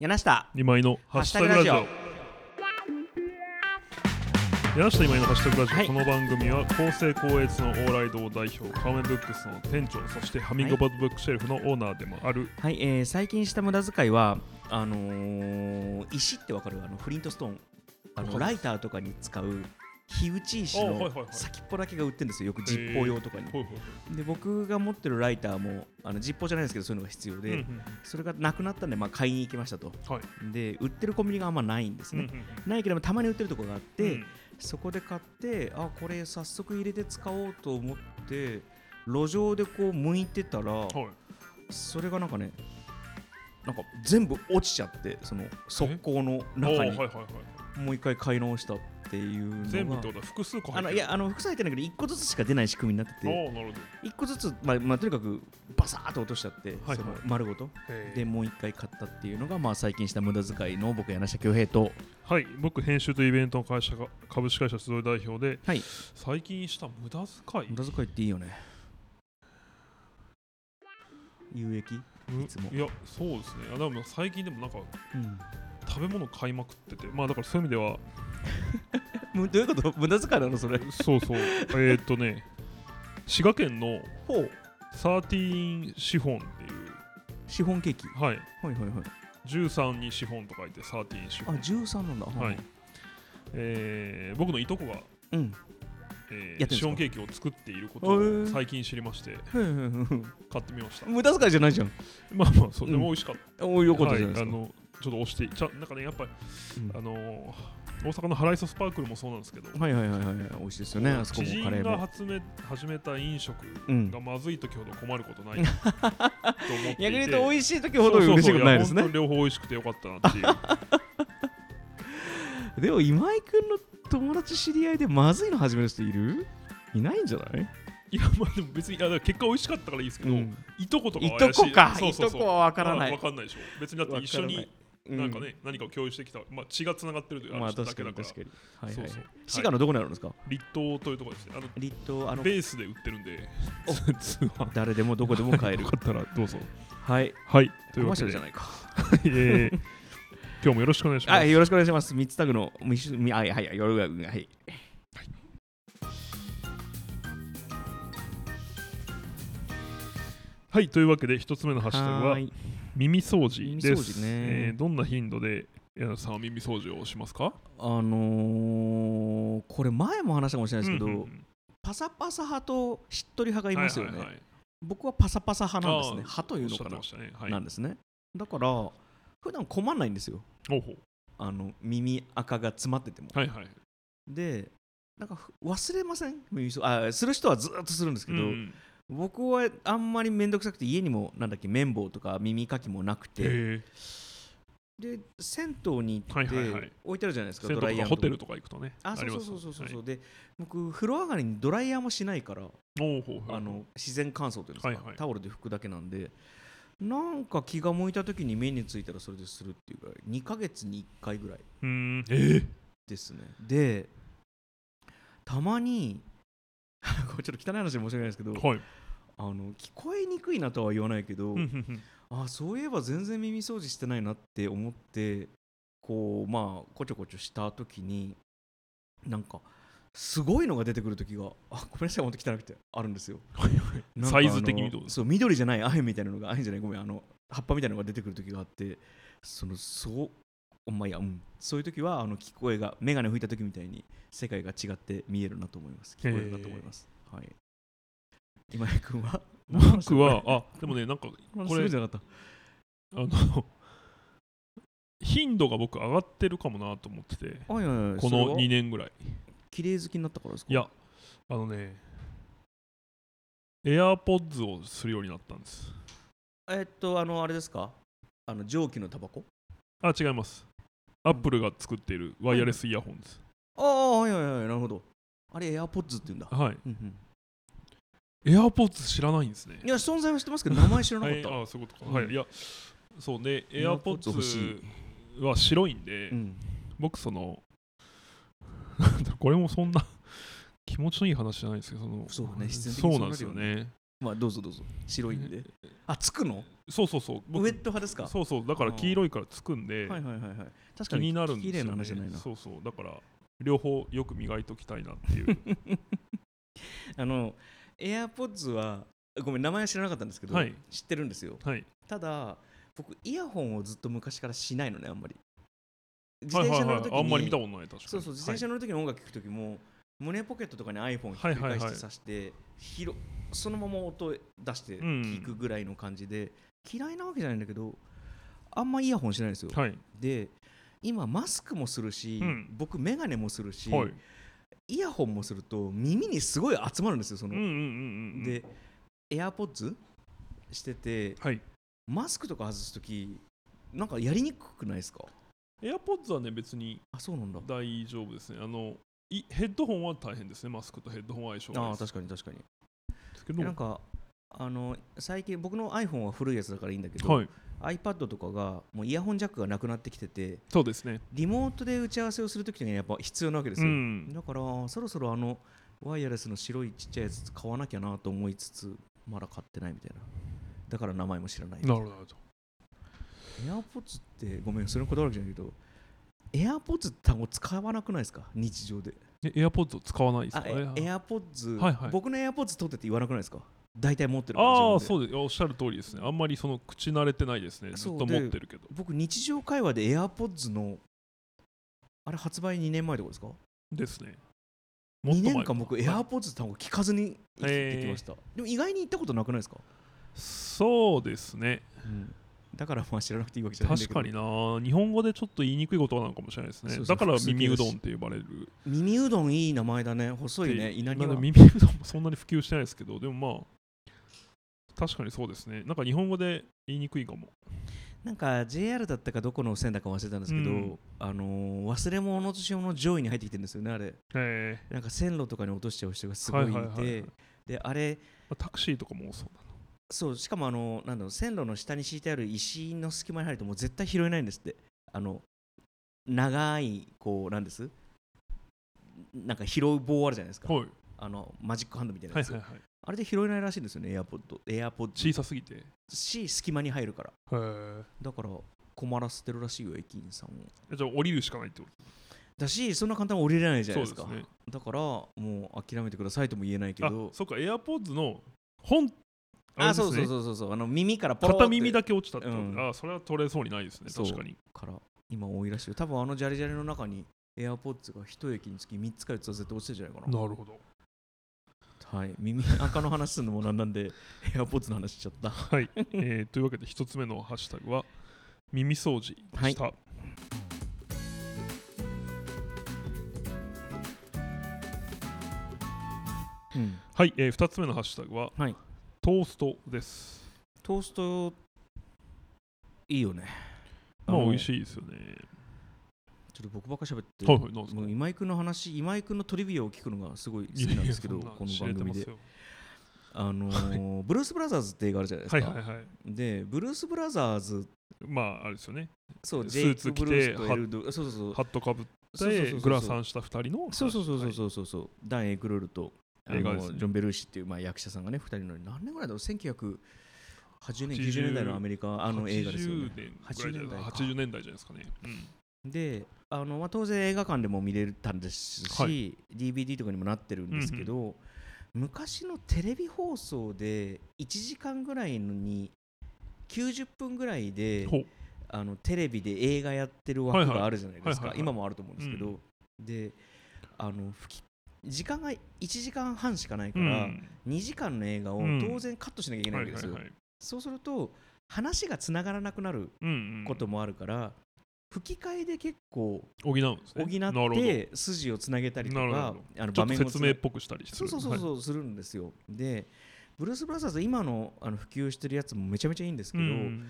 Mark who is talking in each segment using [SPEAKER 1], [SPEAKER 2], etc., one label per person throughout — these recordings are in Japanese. [SPEAKER 1] 柳下
[SPEAKER 2] 2枚のハッシュタグラジオ
[SPEAKER 1] ハッシ
[SPEAKER 2] 柳下今井のハッシュタグラジオ、
[SPEAKER 1] はい
[SPEAKER 2] この番組は厚生光悦の往来堂代表カーメンブックスの店長そしてハミングバードブックシェルフのオーナーでもある、
[SPEAKER 1] はい、えー最近した無駄遣いはあのー石ってわかるあのフリントストーンあ
[SPEAKER 2] わ
[SPEAKER 1] の
[SPEAKER 2] かんな
[SPEAKER 1] ラ
[SPEAKER 2] い
[SPEAKER 1] イターとかに使う火打ち石
[SPEAKER 2] あはい
[SPEAKER 1] の
[SPEAKER 2] はいはい
[SPEAKER 1] 先っぽだけが売ってるんですよよくジッポー用とかに、
[SPEAKER 2] ほいほい
[SPEAKER 1] で僕が持ってるライターもあのジッポーじゃないんですけどそういうのが必要で、
[SPEAKER 2] うんうん
[SPEAKER 1] それがなくなったんで、まあ、買いに行きましたと
[SPEAKER 2] はい
[SPEAKER 1] で売ってるコンビニがあんまないんです
[SPEAKER 2] うんう
[SPEAKER 1] ね、
[SPEAKER 2] んうん
[SPEAKER 1] ないけれどもたまに売ってるところがあって、
[SPEAKER 2] うん
[SPEAKER 1] そこで買ってあこれ早速入れて使おうと思って路上でこう向いてたら
[SPEAKER 2] はい
[SPEAKER 1] それがなんかねなんか全部落ちちゃってその側溝の中に
[SPEAKER 2] おーはいはいはい
[SPEAKER 1] もう一回買い直したっていうのが
[SPEAKER 2] 全部ってことは複数個
[SPEAKER 1] あ
[SPEAKER 2] 入って
[SPEAKER 1] の
[SPEAKER 2] る
[SPEAKER 1] いやあの副菜ってんだけど1個ずつしか出ない仕組みになって
[SPEAKER 2] お
[SPEAKER 1] て
[SPEAKER 2] ーなるほど
[SPEAKER 1] 1個ずつ、まあまあ、とにかくバサーっと落としちゃって、
[SPEAKER 2] はい
[SPEAKER 1] その丸ごと
[SPEAKER 2] へー
[SPEAKER 1] でもう一回買ったっていうのが、まあ、最近した無駄遣いの僕柳下恭平と
[SPEAKER 2] はい僕編集とイベントの会社が株式会社集い代表で、
[SPEAKER 1] はい
[SPEAKER 2] 最近した無駄遣い
[SPEAKER 1] 無駄遣いっていいよね有益
[SPEAKER 2] うん
[SPEAKER 1] いつも
[SPEAKER 2] いやそうですねあでも最近でもなんか
[SPEAKER 1] うん
[SPEAKER 2] 食べ物買いまくっててまあだからそういう意味では
[SPEAKER 1] むどういうこと無駄遣いなのそれ
[SPEAKER 2] そうそうえーっとね滋賀県の
[SPEAKER 1] ほう
[SPEAKER 2] サーティーンシフォンっていう
[SPEAKER 1] シフォンケーキ
[SPEAKER 2] は
[SPEAKER 1] は
[SPEAKER 2] い
[SPEAKER 1] いはいはい
[SPEAKER 2] 13にシフォンと書いてサーティーンシフ
[SPEAKER 1] あ
[SPEAKER 2] ォン
[SPEAKER 1] 13なんだ
[SPEAKER 2] はいえー僕のいとこが、
[SPEAKER 1] うん
[SPEAKER 2] えー
[SPEAKER 1] やってんですか
[SPEAKER 2] シフォンケーキを作っていること
[SPEAKER 1] へ
[SPEAKER 2] を
[SPEAKER 1] ー
[SPEAKER 2] 最近知りまして
[SPEAKER 1] ふんふんふん
[SPEAKER 2] 買ってみました
[SPEAKER 1] 無駄遣いじゃないじゃん
[SPEAKER 2] まあまあそう
[SPEAKER 1] うん
[SPEAKER 2] でも美味しかった、
[SPEAKER 1] およかったじゃないです
[SPEAKER 2] はい
[SPEAKER 1] か、
[SPEAKER 2] あのちょっと押してちゃなんかねやっぱり
[SPEAKER 1] うん
[SPEAKER 2] あのー大阪のハライソスパークルもそうなんですけど
[SPEAKER 1] はいはいはいはい美味しいですよねあそこ
[SPEAKER 2] 知
[SPEAKER 1] もカレ
[SPEAKER 2] 人
[SPEAKER 1] ー
[SPEAKER 2] が
[SPEAKER 1] も
[SPEAKER 2] 発め始めた飲食
[SPEAKER 1] うん
[SPEAKER 2] がまずい時ほど困ることないと思っていて
[SPEAKER 1] 逆に言うと美味しい時
[SPEAKER 2] そ
[SPEAKER 1] ほ
[SPEAKER 2] う
[SPEAKER 1] ど
[SPEAKER 2] そうそう
[SPEAKER 1] 嬉しくないです
[SPEAKER 2] や
[SPEAKER 1] ね
[SPEAKER 2] 本当に両方美味しくてよかったな っていう
[SPEAKER 1] でも今井くんの友達知り合いでまずいの始める人いるいないんじゃない、
[SPEAKER 2] いやまあでも別にいやだから結果美味しかったからいいですけど、
[SPEAKER 1] うん
[SPEAKER 2] いとことか
[SPEAKER 1] い
[SPEAKER 2] は
[SPEAKER 1] と
[SPEAKER 2] 怪しい
[SPEAKER 1] こか
[SPEAKER 2] そうそう
[SPEAKER 1] い
[SPEAKER 2] そう
[SPEAKER 1] とこはわからな
[SPEAKER 2] まあわ
[SPEAKER 1] い
[SPEAKER 2] かんないでしょ別にだって一緒になんか、ね何かを共有してきたまあ血がつながってるという
[SPEAKER 1] うんまあ
[SPEAKER 2] だ
[SPEAKER 1] 確か
[SPEAKER 2] けだ
[SPEAKER 1] に
[SPEAKER 2] から
[SPEAKER 1] 確かにはいはい
[SPEAKER 2] そうそう
[SPEAKER 1] 滋賀のどこにあるんですか
[SPEAKER 2] 立東というところですねあの
[SPEAKER 1] 立東あの
[SPEAKER 2] ベースで売ってる んで
[SPEAKER 1] お
[SPEAKER 2] 通販
[SPEAKER 1] 誰でもどこでも買える
[SPEAKER 2] よかったらどうぞ
[SPEAKER 1] はい
[SPEAKER 2] はいと
[SPEAKER 1] コ
[SPEAKER 2] いう
[SPEAKER 1] マー
[SPEAKER 2] わ
[SPEAKER 1] シ
[SPEAKER 2] け
[SPEAKER 1] ャルじ
[SPEAKER 2] で
[SPEAKER 1] ゃ ないか
[SPEAKER 2] えー今日もよろしくお願いします
[SPEAKER 1] はいよろしくお願いします三つタグのみしみはいはいはいよろはい
[SPEAKER 2] はいというわけで一つ目のハッシュタグは
[SPEAKER 1] ーい
[SPEAKER 2] 耳掃除で
[SPEAKER 1] 耳
[SPEAKER 2] す
[SPEAKER 1] 掃除ね
[SPEAKER 2] えーどんな頻度で柳田さんは耳掃除をしますか
[SPEAKER 1] あのー、これ前も話したかもしれないですけど、
[SPEAKER 2] うんうんうん
[SPEAKER 1] パサパサ派としっとり派がいますよね、
[SPEAKER 2] はいはいはい
[SPEAKER 1] 僕はパサパサ派なんですね
[SPEAKER 2] あー
[SPEAKER 1] 派とい
[SPEAKER 2] おっ
[SPEAKER 1] うの
[SPEAKER 2] し
[SPEAKER 1] か
[SPEAKER 2] ゃって
[SPEAKER 1] な、
[SPEAKER 2] ましたねはい
[SPEAKER 1] なんですねだから普段困んないんですよ
[SPEAKER 2] おうほう
[SPEAKER 1] あの耳垢が詰まってても
[SPEAKER 2] はいはい
[SPEAKER 1] でなんかふ忘れません耳掃あする人はずっとするんですけど、
[SPEAKER 2] うん
[SPEAKER 1] 僕はあんまり面倒くさくて家にもなんだっけ綿棒とか耳かきもなく
[SPEAKER 2] へ
[SPEAKER 1] て
[SPEAKER 2] ー
[SPEAKER 1] で銭湯に行って
[SPEAKER 2] はいはいはい
[SPEAKER 1] 置いてあるじゃないですか、
[SPEAKER 2] 銭湯
[SPEAKER 1] ドライ
[SPEAKER 2] と
[SPEAKER 1] ヤ
[SPEAKER 2] か
[SPEAKER 1] ー
[SPEAKER 2] ホ
[SPEAKER 1] のとこ
[SPEAKER 2] テルとか行くとね
[SPEAKER 1] あそう
[SPEAKER 2] り
[SPEAKER 1] そう
[SPEAKER 2] ます
[SPEAKER 1] そうそうそうそう、
[SPEAKER 2] は
[SPEAKER 1] で僕風呂上がりにドライヤーもしないから、
[SPEAKER 2] いおうほうほう
[SPEAKER 1] あの自然乾燥というんですか、
[SPEAKER 2] はいはい
[SPEAKER 1] タオルで拭くだけなんでなんか気が向いた時に目についたらそれでするっていうぐらい2ヶ月に1回ぐらいう
[SPEAKER 2] ーんえー
[SPEAKER 1] ですねでたまに これちょっと汚い話で申し訳ないですけど
[SPEAKER 2] はい
[SPEAKER 1] あの聞こえにくいなとは言わないけど、
[SPEAKER 2] うんうんうん
[SPEAKER 1] あそういえば全然耳掃除してないなって思ってこうまあこちょこちょした時になんかすごいのが出てくる時があごめんなさい本当汚くてあるんですよなんか
[SPEAKER 2] サイズ的にどう
[SPEAKER 1] あの
[SPEAKER 2] です
[SPEAKER 1] そう緑じゃないアヘンみたいなのがアヘンじゃないごめんあの葉っぱみたいなのが出てくる時があってそのそうお前やうんそういう時はあの聞こえが眼鏡を拭いた時みたいに世界が違って見えるなと思います聞こえるなと思います、はい今井君は
[SPEAKER 2] 僕はあでもねなんか
[SPEAKER 1] こ
[SPEAKER 2] こ
[SPEAKER 1] れ
[SPEAKER 2] れ
[SPEAKER 1] じゃなかった
[SPEAKER 2] あの 頻度が僕上がってるかもなと思ってて
[SPEAKER 1] あいやいやいや
[SPEAKER 2] こ
[SPEAKER 1] それ
[SPEAKER 2] の
[SPEAKER 1] は
[SPEAKER 2] 2年ぐらい
[SPEAKER 1] 綺麗好きになったからですか
[SPEAKER 2] いやあのね AirPods をするようになったんです
[SPEAKER 1] えっとあのあれですかあの蒸気のタバコ
[SPEAKER 2] あ違いますアップルが作っているワイヤレスイヤホンです
[SPEAKER 1] ああはいはいはいなるほどあれエアポッズって言うんだ、
[SPEAKER 2] はい
[SPEAKER 1] うんうん、
[SPEAKER 2] AirPods 知らないんですね
[SPEAKER 1] いや存在は知ってますけど名前知らな
[SPEAKER 2] は
[SPEAKER 1] かっ
[SPEAKER 2] い
[SPEAKER 1] た、
[SPEAKER 2] あそういうことかは
[SPEAKER 1] うん
[SPEAKER 2] いいやそうね
[SPEAKER 1] AirPods 欲し
[SPEAKER 2] AirPods は白いんで
[SPEAKER 1] うん、
[SPEAKER 2] 僕その なんだこれもそんな 気持ちのいい話じゃないんですけどその
[SPEAKER 1] そうだね必然的
[SPEAKER 2] そう
[SPEAKER 1] に
[SPEAKER 2] なんで
[SPEAKER 1] そ
[SPEAKER 2] す
[SPEAKER 1] う
[SPEAKER 2] よ
[SPEAKER 1] なる
[SPEAKER 2] ね
[SPEAKER 1] まあどうぞどうぞ白いんであつくの
[SPEAKER 2] そうそうそう
[SPEAKER 1] ウ
[SPEAKER 2] 僕
[SPEAKER 1] ェット派ですか
[SPEAKER 2] そうそうだから黄色いからつくんで、
[SPEAKER 1] はいはいはいはい確
[SPEAKER 2] 気
[SPEAKER 1] かに
[SPEAKER 2] になるんです
[SPEAKER 1] 綺麗
[SPEAKER 2] よ、
[SPEAKER 1] な
[SPEAKER 2] ね、
[SPEAKER 1] 話じゃないな
[SPEAKER 2] そうそうだから両方よく磨いときたいなって いう
[SPEAKER 1] あの AirPods はごめん名前は知らなかったんですけど、
[SPEAKER 2] はい
[SPEAKER 1] 知ってるんですよ
[SPEAKER 2] はい
[SPEAKER 1] ただ僕イヤホンをずっと昔からしないのねあんまり自
[SPEAKER 2] はい
[SPEAKER 1] 転
[SPEAKER 2] は
[SPEAKER 1] 車乗る
[SPEAKER 2] いは
[SPEAKER 1] 時
[SPEAKER 2] い
[SPEAKER 1] に
[SPEAKER 2] あんまり見たことない確かに
[SPEAKER 1] そうそう自転車乗る時に音楽聴く時も、胸ポケットとかに iPhone をひ
[SPEAKER 2] は
[SPEAKER 1] っ
[SPEAKER 2] い
[SPEAKER 1] くり
[SPEAKER 2] はいはい
[SPEAKER 1] 返して挿して、ひろそのまま音出して
[SPEAKER 2] うん
[SPEAKER 1] 聴くぐらいの感じで、嫌いなわけじゃないんだけどあんまイヤホンしないんですよ、
[SPEAKER 2] はい
[SPEAKER 1] で今マスクもするし、
[SPEAKER 2] うん
[SPEAKER 1] 僕メガネもするし、
[SPEAKER 2] はい、はい、
[SPEAKER 1] イヤホンもすると耳にすごい集まるんですよそ
[SPEAKER 2] うん
[SPEAKER 1] の、
[SPEAKER 2] うんうんうんうん
[SPEAKER 1] で AirPods してて
[SPEAKER 2] はい
[SPEAKER 1] マスクとか外す時なんかやりにくくないですか
[SPEAKER 2] AirPods はね別に
[SPEAKER 1] あそうなんだ
[SPEAKER 2] 大丈夫ですねあのいヘッドホンは大変ですねマスクとヘッドホンは相性がい
[SPEAKER 1] あ
[SPEAKER 2] い
[SPEAKER 1] あ
[SPEAKER 2] です
[SPEAKER 1] 確かに確かに
[SPEAKER 2] ですけど
[SPEAKER 1] でなんかあの最近僕の iPhone は古いやつだからいいんだけど、
[SPEAKER 2] はい
[SPEAKER 1] iPad とかがもうイヤホンジャックがなくなってきてて
[SPEAKER 2] そうですね
[SPEAKER 1] リモートで打ち合わせをするときにはやっぱ必要なわけですよ、
[SPEAKER 2] うん
[SPEAKER 1] だからそろそろあのワイヤレスの白いちっちゃいやつ買わなきゃなと思いつつまだ買ってないみたいなだから名前も知らない
[SPEAKER 2] なるほどなるほど
[SPEAKER 1] エアポッツってごめんそれにこだわるわけじゃないけどエアポッツって単語使わなくないですか日常で
[SPEAKER 2] え AirPods を使わないです
[SPEAKER 1] あ
[SPEAKER 2] か
[SPEAKER 1] えエ
[SPEAKER 2] あ
[SPEAKER 1] アポッツ
[SPEAKER 2] はいはい
[SPEAKER 1] 僕のエアポッツ取ってって言わなくないですか大体持ってるから
[SPEAKER 2] あー
[SPEAKER 1] 自分で
[SPEAKER 2] そうですおっしゃる通りですねあんまりその口慣れてないですねずっ
[SPEAKER 1] そう
[SPEAKER 2] と持ってるけど
[SPEAKER 1] 僕日常会話でエアポッツのあれ発売2年前とかですか
[SPEAKER 2] ですねもっ
[SPEAKER 1] 2
[SPEAKER 2] と前
[SPEAKER 1] 年間僕エアポッツ単語聞かずに生きてきました、でも意外に言ったことなくないですか、
[SPEAKER 2] そうですね
[SPEAKER 1] だからまあ知らなくていいわけじゃないんだ
[SPEAKER 2] 確
[SPEAKER 1] けど
[SPEAKER 2] かにな日本語でちょっと言いにくいことなのかもしれないですね
[SPEAKER 1] そうそう
[SPEAKER 2] だから
[SPEAKER 1] 複数
[SPEAKER 2] 耳
[SPEAKER 1] 形
[SPEAKER 2] う
[SPEAKER 1] だし
[SPEAKER 2] どんって呼ばれる
[SPEAKER 1] 耳うどんいい名前だね細いね
[SPEAKER 2] で
[SPEAKER 1] 稲庭
[SPEAKER 2] なんか耳うどんもそんなに普及してないですけどでもまあ確かにそうですねなんか日本語で言いにくいかも
[SPEAKER 1] なんか JR だったかどこの線だか忘れたんですけど、
[SPEAKER 2] うん
[SPEAKER 1] あのー忘れ物とし物の上位に入ってきてるんですよねあれ
[SPEAKER 2] へ
[SPEAKER 1] なんか線路とかに落としちゃう人がすごいいて、
[SPEAKER 2] はいはいはいはい
[SPEAKER 1] であれ
[SPEAKER 2] えタクシーとかもそうだ
[SPEAKER 1] そうしかもあのなんだろう線路の下に敷いてある石の隙間に入るともう絶対拾えないんですってあの長いこうなんですなんか拾う棒あるじゃないですか、
[SPEAKER 2] はい
[SPEAKER 1] あのマジックハンドみたいな
[SPEAKER 2] はい
[SPEAKER 1] やつ、
[SPEAKER 2] はいはい
[SPEAKER 1] あれで拾えないらしいんですよねエアポッドエアポッド
[SPEAKER 2] 小さすぎてへ
[SPEAKER 1] し隙間に入るから
[SPEAKER 2] え
[SPEAKER 1] だから困らせてるらしいよ駅員さんを
[SPEAKER 2] じゃあ降りるしかないってこ
[SPEAKER 1] だしそんな簡単に降りれないじ
[SPEAKER 2] と
[SPEAKER 1] ゃない
[SPEAKER 2] そ
[SPEAKER 1] うで
[SPEAKER 2] です
[SPEAKER 1] か
[SPEAKER 2] すね
[SPEAKER 1] だからもう諦めてくださいとも言えないけ
[SPEAKER 2] あ
[SPEAKER 1] ど
[SPEAKER 2] そっか AirPods の本
[SPEAKER 1] あそうそう
[SPEAKER 2] う
[SPEAKER 1] そうそうそうあの耳からポロッ
[SPEAKER 2] 片耳
[SPEAKER 1] て
[SPEAKER 2] だけ落ちたってこと、
[SPEAKER 1] うん
[SPEAKER 2] あそれは取れそうにないですね
[SPEAKER 1] そう
[SPEAKER 2] 確かに
[SPEAKER 1] から今多いらしいよ多分あのジャリジャリの中に AirPods が一駅につき3つか4つは絶対落ちてるんじゃないかな
[SPEAKER 2] なるほど
[SPEAKER 1] はい耳赤の話するのもなんなんで AirPods の話しちゃった
[SPEAKER 2] はい、えーというわけで一つ目のハッシュタグは耳掃除でした、
[SPEAKER 1] うん
[SPEAKER 2] はい、えー、2つ目のハッシュタグは、
[SPEAKER 1] はい
[SPEAKER 2] トーストです。
[SPEAKER 1] トーストいいよね
[SPEAKER 2] まあ、美味
[SPEAKER 1] い
[SPEAKER 2] しいですよね。
[SPEAKER 1] ちょっと僕ばっか喋って
[SPEAKER 2] はいはい、なんですか
[SPEAKER 1] もう今井君の話今井君のトリビアを聞くのがすごい好きなんですけど
[SPEAKER 2] いやいや
[SPEAKER 1] この
[SPEAKER 2] そんな
[SPEAKER 1] 番
[SPEAKER 2] 知
[SPEAKER 1] 組
[SPEAKER 2] れてます
[SPEAKER 1] で
[SPEAKER 2] よ
[SPEAKER 1] あのーブルース・ブラザーズって映画あるじゃないです
[SPEAKER 2] はい
[SPEAKER 1] か、
[SPEAKER 2] はいはい。
[SPEAKER 1] でブルース・ブラザーズ
[SPEAKER 2] まあ、あれですよね。
[SPEAKER 1] そう
[SPEAKER 2] ス
[SPEAKER 1] ジェイ
[SPEAKER 2] ーツ
[SPEAKER 1] ク・
[SPEAKER 2] 着て
[SPEAKER 1] ブルースとエルドそうそうそう
[SPEAKER 2] ハットかぶっ
[SPEAKER 1] そうそうそう
[SPEAKER 2] て
[SPEAKER 1] そう
[SPEAKER 2] グラサンした2人の話。
[SPEAKER 1] そうそうそうそう
[SPEAKER 2] う。
[SPEAKER 1] そうそうそう、ダン・エイクロールとあの
[SPEAKER 2] 映画ですね
[SPEAKER 1] ジョン・ベルーシっていう、まあ、役者さんがね2人の何年ぐらいだろう1980年
[SPEAKER 2] 80
[SPEAKER 1] 90年代のアメリカあの映画ですよね
[SPEAKER 2] 80年ぐらいじゃないですか。
[SPEAKER 1] 80
[SPEAKER 2] 80年代じゃないですかね。うん
[SPEAKER 1] であの、まあ、当然映画館でも見れたんですし、
[SPEAKER 2] は
[SPEAKER 1] DVD とかにもなってるんですけど、昔のテレビ放送で1時間ぐらいのに90分ぐらいで
[SPEAKER 2] ほう
[SPEAKER 1] あのテレビで映画やってる枠
[SPEAKER 2] はいはい
[SPEAKER 1] があるじゃないです
[SPEAKER 2] はいはい
[SPEAKER 1] か
[SPEAKER 2] はい
[SPEAKER 1] 今もあると思うんですけど、
[SPEAKER 2] う
[SPEAKER 1] であの吹き時間が1時間半しかないか
[SPEAKER 2] う
[SPEAKER 1] ら、
[SPEAKER 2] ん
[SPEAKER 1] 2時間の映画を
[SPEAKER 2] うん
[SPEAKER 1] 当然カットしなきゃいけない
[SPEAKER 2] は
[SPEAKER 1] わけ
[SPEAKER 2] いはい
[SPEAKER 1] で
[SPEAKER 2] は
[SPEAKER 1] すよ、
[SPEAKER 2] い。
[SPEAKER 1] そうすると話がつながらなくなる
[SPEAKER 2] うんうん
[SPEAKER 1] こともあるから、吹き替えで結構
[SPEAKER 2] 補うんです
[SPEAKER 1] 補
[SPEAKER 2] ね。なる
[SPEAKER 1] っ
[SPEAKER 2] ほど
[SPEAKER 1] て筋をつなげたりと
[SPEAKER 2] なる
[SPEAKER 1] か
[SPEAKER 2] ほど
[SPEAKER 1] あの
[SPEAKER 2] ち
[SPEAKER 1] 場
[SPEAKER 2] ょっと
[SPEAKER 1] 面を
[SPEAKER 2] 説
[SPEAKER 1] つ
[SPEAKER 2] 明
[SPEAKER 1] な
[SPEAKER 2] っぽくしたりす
[SPEAKER 1] そう
[SPEAKER 2] る。
[SPEAKER 1] そうそう
[SPEAKER 2] はい
[SPEAKER 1] そうするんですよ、でブルース・ブラザーズ今のあの普及してるやつもめちゃめちゃいいんですけ
[SPEAKER 2] う
[SPEAKER 1] ど、
[SPEAKER 2] ん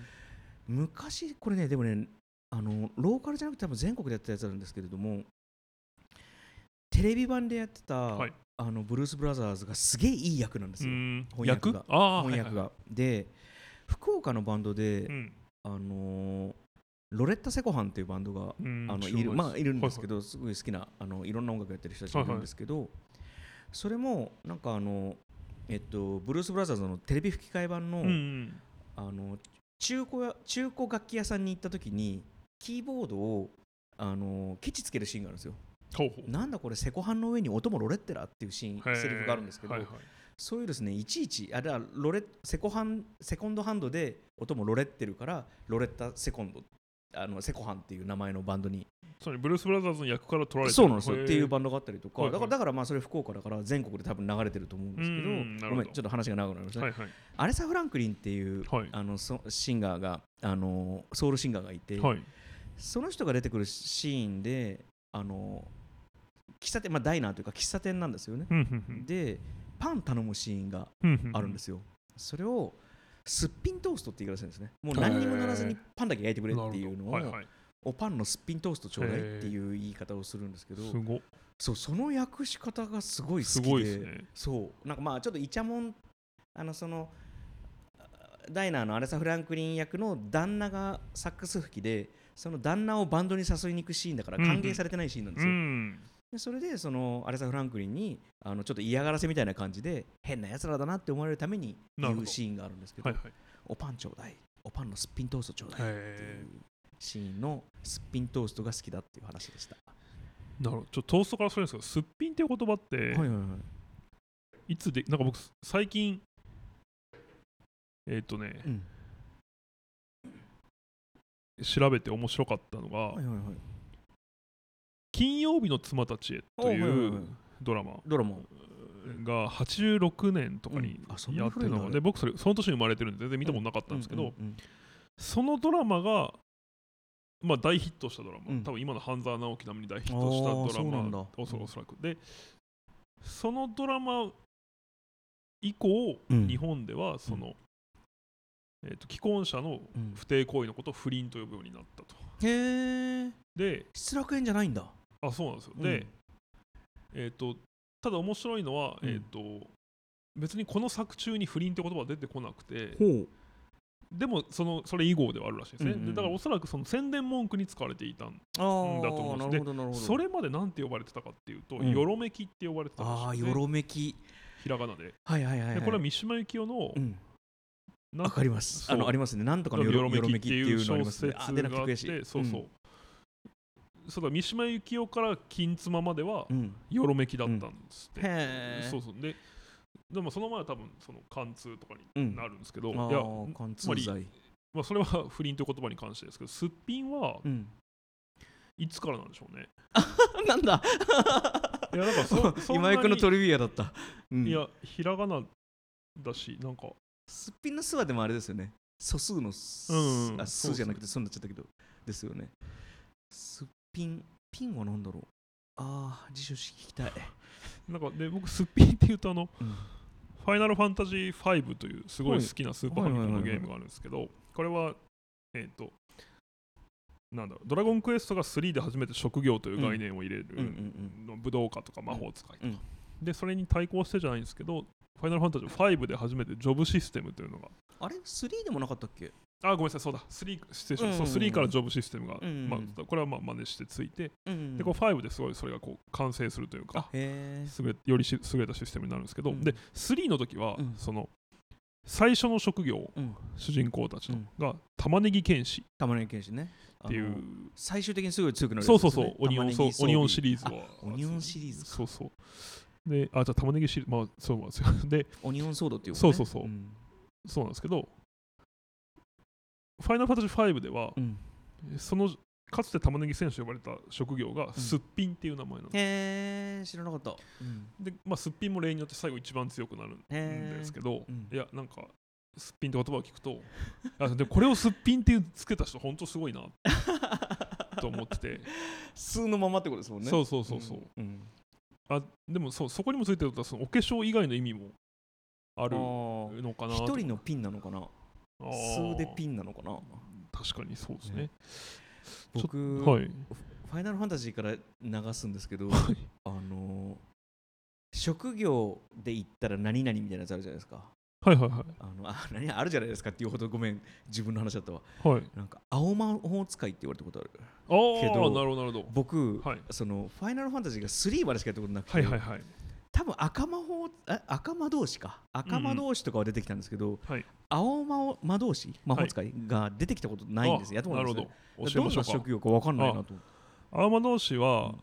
[SPEAKER 1] 昔これねでもねあのローカルじゃなくて多分全国でやってたやつなんですけれどもテレビ版でやってた、
[SPEAKER 2] い
[SPEAKER 1] あのブルース・ブラザーズがすげえいい役なんですよ、
[SPEAKER 2] うん
[SPEAKER 1] 翻訳が
[SPEAKER 2] 役あ
[SPEAKER 1] 翻
[SPEAKER 2] あ、は
[SPEAKER 1] 訳
[SPEAKER 2] い
[SPEAKER 1] が、
[SPEAKER 2] は
[SPEAKER 1] で福岡のバンドで、
[SPEAKER 2] いうん
[SPEAKER 1] あのーロレッタ・セコハンっていうバンドが
[SPEAKER 2] うん
[SPEAKER 1] あの
[SPEAKER 2] 知
[SPEAKER 1] い
[SPEAKER 2] らない
[SPEAKER 1] るまあいるんですけ
[SPEAKER 2] ど。
[SPEAKER 1] ど、すごい好きなあのいろんな音楽やってる人たちがい
[SPEAKER 2] はい
[SPEAKER 1] る
[SPEAKER 2] はい
[SPEAKER 1] んですけど、それもなんかあのえっと、ブルース・ブラザーズのテレビ吹き替え版の,、
[SPEAKER 2] うん
[SPEAKER 1] あの中古や中古楽器屋さんに行った時にキーボードをあのケチつけるシーンがあるんですよ。
[SPEAKER 2] ほうほう
[SPEAKER 1] なんだこれセコハンの上に音もロレッテラっていうシー
[SPEAKER 2] へ
[SPEAKER 1] ン
[SPEAKER 2] ー
[SPEAKER 1] セリフがあるんですけど、
[SPEAKER 2] はいはい
[SPEAKER 1] そういうですねいちいちあれはロレセコハンセコンドハンドで音もロレってるからロレッタセコンドあのセコハンっていう名前のバンドに
[SPEAKER 2] それブルース・ブラザーズの役から取られてる
[SPEAKER 1] そうなんです
[SPEAKER 2] へ
[SPEAKER 1] よ
[SPEAKER 2] ー
[SPEAKER 1] っていうバンドがあったりとか
[SPEAKER 2] はい
[SPEAKER 1] だ
[SPEAKER 2] はい
[SPEAKER 1] からだからまあそれ福岡だから全国で多分流れてると思うんですけど
[SPEAKER 2] うんなるほど
[SPEAKER 1] ごめんちょっと話が長くなりましたね、
[SPEAKER 2] はいはい
[SPEAKER 1] アレサ・フランクリンっていう、
[SPEAKER 2] はい
[SPEAKER 1] あのそシンガーがあのソウルシンガーがいて、
[SPEAKER 2] はい
[SPEAKER 1] その人が出てくるシーンであの喫茶店、まあ、ダイナーというか喫茶店なんですよね、
[SPEAKER 2] うんうん
[SPEAKER 1] でパン頼むシーンが
[SPEAKER 2] うんうんうん
[SPEAKER 1] あるんですよ、それをすっぴんトーストって言うらしいんですねもう何にもならずにパンだけ焼いてくれっていうのを、
[SPEAKER 2] なるほどはいはい
[SPEAKER 1] おパンのすっぴんトーストちょうだいっていう言い方をするんですけど
[SPEAKER 2] すご
[SPEAKER 1] そうその訳し方がすごい好き
[SPEAKER 2] すごい
[SPEAKER 1] で
[SPEAKER 2] ですね
[SPEAKER 1] そうなんかまあちょっとイチャモンあのそのあダイナーのアレサ・フランクリン役の旦那がサックス吹きでその旦那をバンドに誘いに行くシーンだから
[SPEAKER 2] うんうん
[SPEAKER 1] 歓迎されてないシーンなんです
[SPEAKER 2] う
[SPEAKER 1] よ、
[SPEAKER 2] ん
[SPEAKER 1] でそれでそのアレサ・フランクリンにあのちょっと嫌がらせみたいな感じで変なやつらだなって思われるために
[SPEAKER 2] な
[SPEAKER 1] 言
[SPEAKER 2] るほ
[SPEAKER 1] う
[SPEAKER 2] ど
[SPEAKER 1] シーンがあるんですけど、
[SPEAKER 2] はいはい
[SPEAKER 1] おパンちょうだいおパンのすっぴんトーストちょうだいってい
[SPEAKER 2] へ
[SPEAKER 1] うシーンのすっぴんトーストが好きだっていう話でした、
[SPEAKER 2] ーなるほどちょっとトーストからするんですけどすっぴんっていう言葉って
[SPEAKER 1] はいはいはい
[SPEAKER 2] いつでなんか僕最近えっとね
[SPEAKER 1] うん
[SPEAKER 2] 調べて面白かったの
[SPEAKER 1] は
[SPEAKER 2] が
[SPEAKER 1] いはいはい
[SPEAKER 2] 「金曜日の妻たちへ」と
[SPEAKER 1] おはいはい
[SPEAKER 2] い
[SPEAKER 1] はいう
[SPEAKER 2] ドラマ
[SPEAKER 1] ドラマ
[SPEAKER 2] が86年とかに
[SPEAKER 1] うんあそん
[SPEAKER 2] や
[SPEAKER 1] な
[SPEAKER 2] って
[SPEAKER 1] 古い
[SPEAKER 2] た
[SPEAKER 1] の
[SPEAKER 2] ので僕それその年に生まれてるんで全然見たことなかったんですけ
[SPEAKER 1] う
[SPEAKER 2] ど
[SPEAKER 1] ううん
[SPEAKER 2] そのドラマがまあ大ヒットしたドラ
[SPEAKER 1] う
[SPEAKER 2] マ
[SPEAKER 1] ん
[SPEAKER 2] 多分今の半沢直樹並みに大ヒットした
[SPEAKER 1] あー
[SPEAKER 2] ド
[SPEAKER 1] そう
[SPEAKER 2] ラ
[SPEAKER 1] なん
[SPEAKER 2] マ
[SPEAKER 1] だ
[SPEAKER 2] おそおそらくでそのドラマ以降
[SPEAKER 1] うん
[SPEAKER 2] 日本ではそのえーと既婚者の
[SPEAKER 1] うん
[SPEAKER 2] 不貞行為のことを不倫と呼ぶようになったと
[SPEAKER 1] へえ
[SPEAKER 2] で
[SPEAKER 1] 失楽園じゃないんだ
[SPEAKER 2] あそうなんですよで、えっ、と、ただ面白いのは、
[SPEAKER 1] うん
[SPEAKER 2] えっ、と、別にこの作中に不倫って言葉は出てこなくて、
[SPEAKER 1] ほう
[SPEAKER 2] でもそのそれ以後ではあるらしいですね、
[SPEAKER 1] うんうん
[SPEAKER 2] で。だからおそらくその宣伝文句に使われていたん
[SPEAKER 1] あー
[SPEAKER 2] だと思うんです
[SPEAKER 1] なるほどなるほど
[SPEAKER 2] それまでなんて呼ばれてたかっていうと、
[SPEAKER 1] うん
[SPEAKER 2] よろめきって呼ばれてた
[SPEAKER 1] あ
[SPEAKER 2] ら
[SPEAKER 1] あ
[SPEAKER 2] しい
[SPEAKER 1] よ
[SPEAKER 2] ですね
[SPEAKER 1] ろめき
[SPEAKER 2] ひらがなで。
[SPEAKER 1] はいはいはい、は
[SPEAKER 2] で
[SPEAKER 1] い、
[SPEAKER 2] これは三島由紀夫の、
[SPEAKER 1] うん
[SPEAKER 2] なん
[SPEAKER 1] わかります
[SPEAKER 2] そう
[SPEAKER 1] あのありますねなんとかのよ
[SPEAKER 2] よ
[SPEAKER 1] ろ
[SPEAKER 2] ろ
[SPEAKER 1] よろ
[SPEAKER 2] め
[SPEAKER 1] め
[SPEAKER 2] き
[SPEAKER 1] き
[SPEAKER 2] っ
[SPEAKER 1] ってて
[SPEAKER 2] い
[SPEAKER 1] いううのあ
[SPEAKER 2] 小
[SPEAKER 1] ります
[SPEAKER 2] 説
[SPEAKER 1] ね
[SPEAKER 2] が
[SPEAKER 1] あ
[SPEAKER 2] あって
[SPEAKER 1] 出なくて悔しい
[SPEAKER 2] そうそう、そうだ三島由紀夫から金妻までは
[SPEAKER 1] うん、うん
[SPEAKER 2] よろめきだったんですって、
[SPEAKER 1] へえ
[SPEAKER 2] そうそうででもその前は多分その貫通とかに
[SPEAKER 1] うん
[SPEAKER 2] なるんですけど、
[SPEAKER 1] あ
[SPEAKER 2] いや
[SPEAKER 1] ー貫
[SPEAKER 2] つま
[SPEAKER 1] 通
[SPEAKER 2] り
[SPEAKER 1] 罪
[SPEAKER 2] まあ、それは不倫という言葉に関してですけどすっぴ んは
[SPEAKER 1] うん
[SPEAKER 2] いつからなんでしょうね
[SPEAKER 1] なんだ
[SPEAKER 2] いやなんかそそん な
[SPEAKER 1] 今
[SPEAKER 2] に
[SPEAKER 1] 井君のトリビアだった、うん、
[SPEAKER 2] いやひらがなだしなんか
[SPEAKER 1] すっぴんのすはでもあれですよね素数のす、
[SPEAKER 2] うんうん
[SPEAKER 1] あ
[SPEAKER 2] そうそう
[SPEAKER 1] 数じゃなくてそうになっちゃったけどですよねすっぴんピンは何だろうああ辞書式聞きたい、
[SPEAKER 2] なんかで僕すっぴんっていうとあの
[SPEAKER 1] うん
[SPEAKER 2] 「ファイナルファンタジー5」というすごい好きなスーパーファミコン
[SPEAKER 1] は
[SPEAKER 2] の
[SPEAKER 1] いはい
[SPEAKER 2] ゲ
[SPEAKER 1] はいはい
[SPEAKER 2] ームがあるんですけどこれはえっ、となんだろうドラゴンクエストが3で初めて職業という概念を入れる、
[SPEAKER 1] うんうんうん
[SPEAKER 2] の武道家とか魔法使いとか、
[SPEAKER 1] うん
[SPEAKER 2] でそれに対抗してじゃないんですけど「ファイナルファンタジー5」で初めてジョブシステムというのが
[SPEAKER 1] あれ ?3 でもなかったっけ
[SPEAKER 2] あごめんなさいそうだ3失礼しました
[SPEAKER 1] うんうんうん
[SPEAKER 2] そう3からジョブシステムが、
[SPEAKER 1] うんうん
[SPEAKER 2] まあ、これはまあ真似してついて、
[SPEAKER 1] うん
[SPEAKER 2] でこう5ですごいそれがこう完成するというか
[SPEAKER 1] あへえ
[SPEAKER 2] 優れよりし優れたシステムになるんですけど、
[SPEAKER 1] うん
[SPEAKER 2] で3の時は、
[SPEAKER 1] うん
[SPEAKER 2] その最初の職業
[SPEAKER 1] うん
[SPEAKER 2] 主人公たちの、
[SPEAKER 1] うん
[SPEAKER 2] が玉ねぎ剣士
[SPEAKER 1] 玉ねぎ剣士ね
[SPEAKER 2] ってい
[SPEAKER 1] あの
[SPEAKER 2] う
[SPEAKER 1] 最終的にすごい強くなる
[SPEAKER 2] そ
[SPEAKER 1] や
[SPEAKER 2] う
[SPEAKER 1] つ
[SPEAKER 2] そ
[SPEAKER 1] です
[SPEAKER 2] う
[SPEAKER 1] よ
[SPEAKER 2] そ
[SPEAKER 1] ね、
[SPEAKER 2] うオニオン、そう、
[SPEAKER 1] 玉
[SPEAKER 2] オ
[SPEAKER 1] ねぎ装備
[SPEAKER 2] ニオンシリーズは。
[SPEAKER 1] オニオンシリーズか
[SPEAKER 2] そうそう。で、あ、じゃあ玉ねぎシリーズ、まあ、そうなんですよ。 で、
[SPEAKER 1] オニオンソードっていう、ね、
[SPEAKER 2] そうそうそうんそうなんですけど、ファイナルファンタジー5では、
[SPEAKER 1] うん
[SPEAKER 2] その、かつて玉ねぎ選手と呼ばれた職業が、すっぴんっていう名前なんで
[SPEAKER 1] へえ知らなかった、うん
[SPEAKER 2] す。で、まあ、すっぴんも例によって最後一番強くなるん
[SPEAKER 1] へー
[SPEAKER 2] ですけど
[SPEAKER 1] う、ん
[SPEAKER 2] いや、なんか、すっぴんって言葉を聞くと、 あでこれをすっぴんってつけた人、本当すごいな と思ってて、
[SPEAKER 1] 数のままってことですもんね
[SPEAKER 2] そううそうそうそう。
[SPEAKER 1] んうん
[SPEAKER 2] あでもそうそこにもついてることはそのお化粧以外の意味もあ
[SPEAKER 1] あ
[SPEAKER 2] る
[SPEAKER 1] ー
[SPEAKER 2] のかなと
[SPEAKER 1] 一人のピンなのかな
[SPEAKER 2] あー
[SPEAKER 1] 数でピンなのかな
[SPEAKER 2] 確かにそうですね
[SPEAKER 1] ね僕、
[SPEAKER 2] はい
[SPEAKER 1] ファイナルファンタジーから流すんですけど、
[SPEAKER 2] はい
[SPEAKER 1] あのー職業で言ったら何々みたいなやつあるじゃないですか。
[SPEAKER 2] はいはいは
[SPEAKER 1] あのあ何々あるじゃないですかっていうほどごめん自分の話だったわ。
[SPEAKER 2] いはい
[SPEAKER 1] なんか青魔法使いって言われたことある。
[SPEAKER 2] ああ
[SPEAKER 1] けど
[SPEAKER 2] なるほどなるほど
[SPEAKER 1] 僕、
[SPEAKER 2] はい
[SPEAKER 1] そのファイナルファンタジーが3までしかやったことなくて、
[SPEAKER 2] はいはいはい
[SPEAKER 1] 多分赤魔法あ赤魔同士か赤魔同士とかは出てきたんですけど、
[SPEAKER 2] はい
[SPEAKER 1] 青魔魔同士魔法使いが出てきたことないんですよ、やったこと
[SPEAKER 2] なる
[SPEAKER 1] い
[SPEAKER 2] ほ
[SPEAKER 1] んです
[SPEAKER 2] ど
[SPEAKER 1] よど
[SPEAKER 2] 教えま
[SPEAKER 1] ん
[SPEAKER 2] し
[SPEAKER 1] な
[SPEAKER 2] ょうか
[SPEAKER 1] 職業か分かんないなと思って
[SPEAKER 2] アーマ同士は、
[SPEAKER 1] うん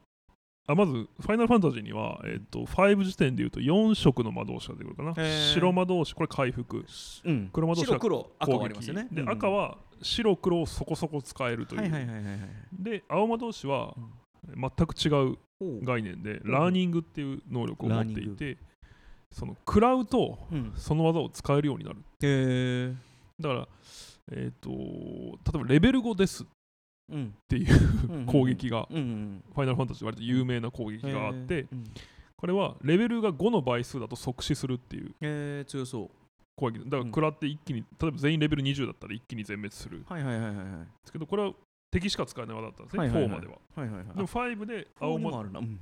[SPEAKER 2] あまず、ファイナルファンタジーには、えっと、5時点でいうと4色の魔導士が出てくるかな
[SPEAKER 1] へ。ー
[SPEAKER 2] 白魔導士、これ回復。
[SPEAKER 1] うん、
[SPEAKER 2] 黒魔同士は
[SPEAKER 1] 白黒赤
[SPEAKER 2] 攻
[SPEAKER 1] はあります
[SPEAKER 2] 撃
[SPEAKER 1] よね
[SPEAKER 2] で、
[SPEAKER 1] うん
[SPEAKER 2] 赤は白黒をそこそこ使えるという。
[SPEAKER 1] はいはいはいはいはい
[SPEAKER 2] で、青魔導士は全く違う
[SPEAKER 1] ほう
[SPEAKER 2] 概念で、
[SPEAKER 1] ん
[SPEAKER 2] ラーニングっていう能力を持っていて、その食らうと
[SPEAKER 1] うん
[SPEAKER 2] その技を使えるようになる。
[SPEAKER 1] へー
[SPEAKER 2] だから、えっと、例えばレベル5ですっ
[SPEAKER 1] うん
[SPEAKER 2] ていう
[SPEAKER 1] うん
[SPEAKER 2] 攻撃が、
[SPEAKER 1] うんうん
[SPEAKER 2] ファイナルファンタジーで割と有名な攻撃があって、
[SPEAKER 1] へーうん
[SPEAKER 2] これはレベルが5の倍数だと即死するっていう
[SPEAKER 1] えー、強そう
[SPEAKER 2] 攻撃だから食らって一気に、例えば全員レベル20だったら一気に全滅するんで
[SPEAKER 1] はいはいはいはいはい
[SPEAKER 2] すけどこれは敵しか使えない技だったんですね、
[SPEAKER 1] はいはいはい
[SPEAKER 2] 4までは
[SPEAKER 1] はいはいはい
[SPEAKER 2] でも
[SPEAKER 1] あ
[SPEAKER 2] 5で
[SPEAKER 1] ここ
[SPEAKER 2] 青
[SPEAKER 1] にも
[SPEAKER 2] 魔
[SPEAKER 1] あるなうん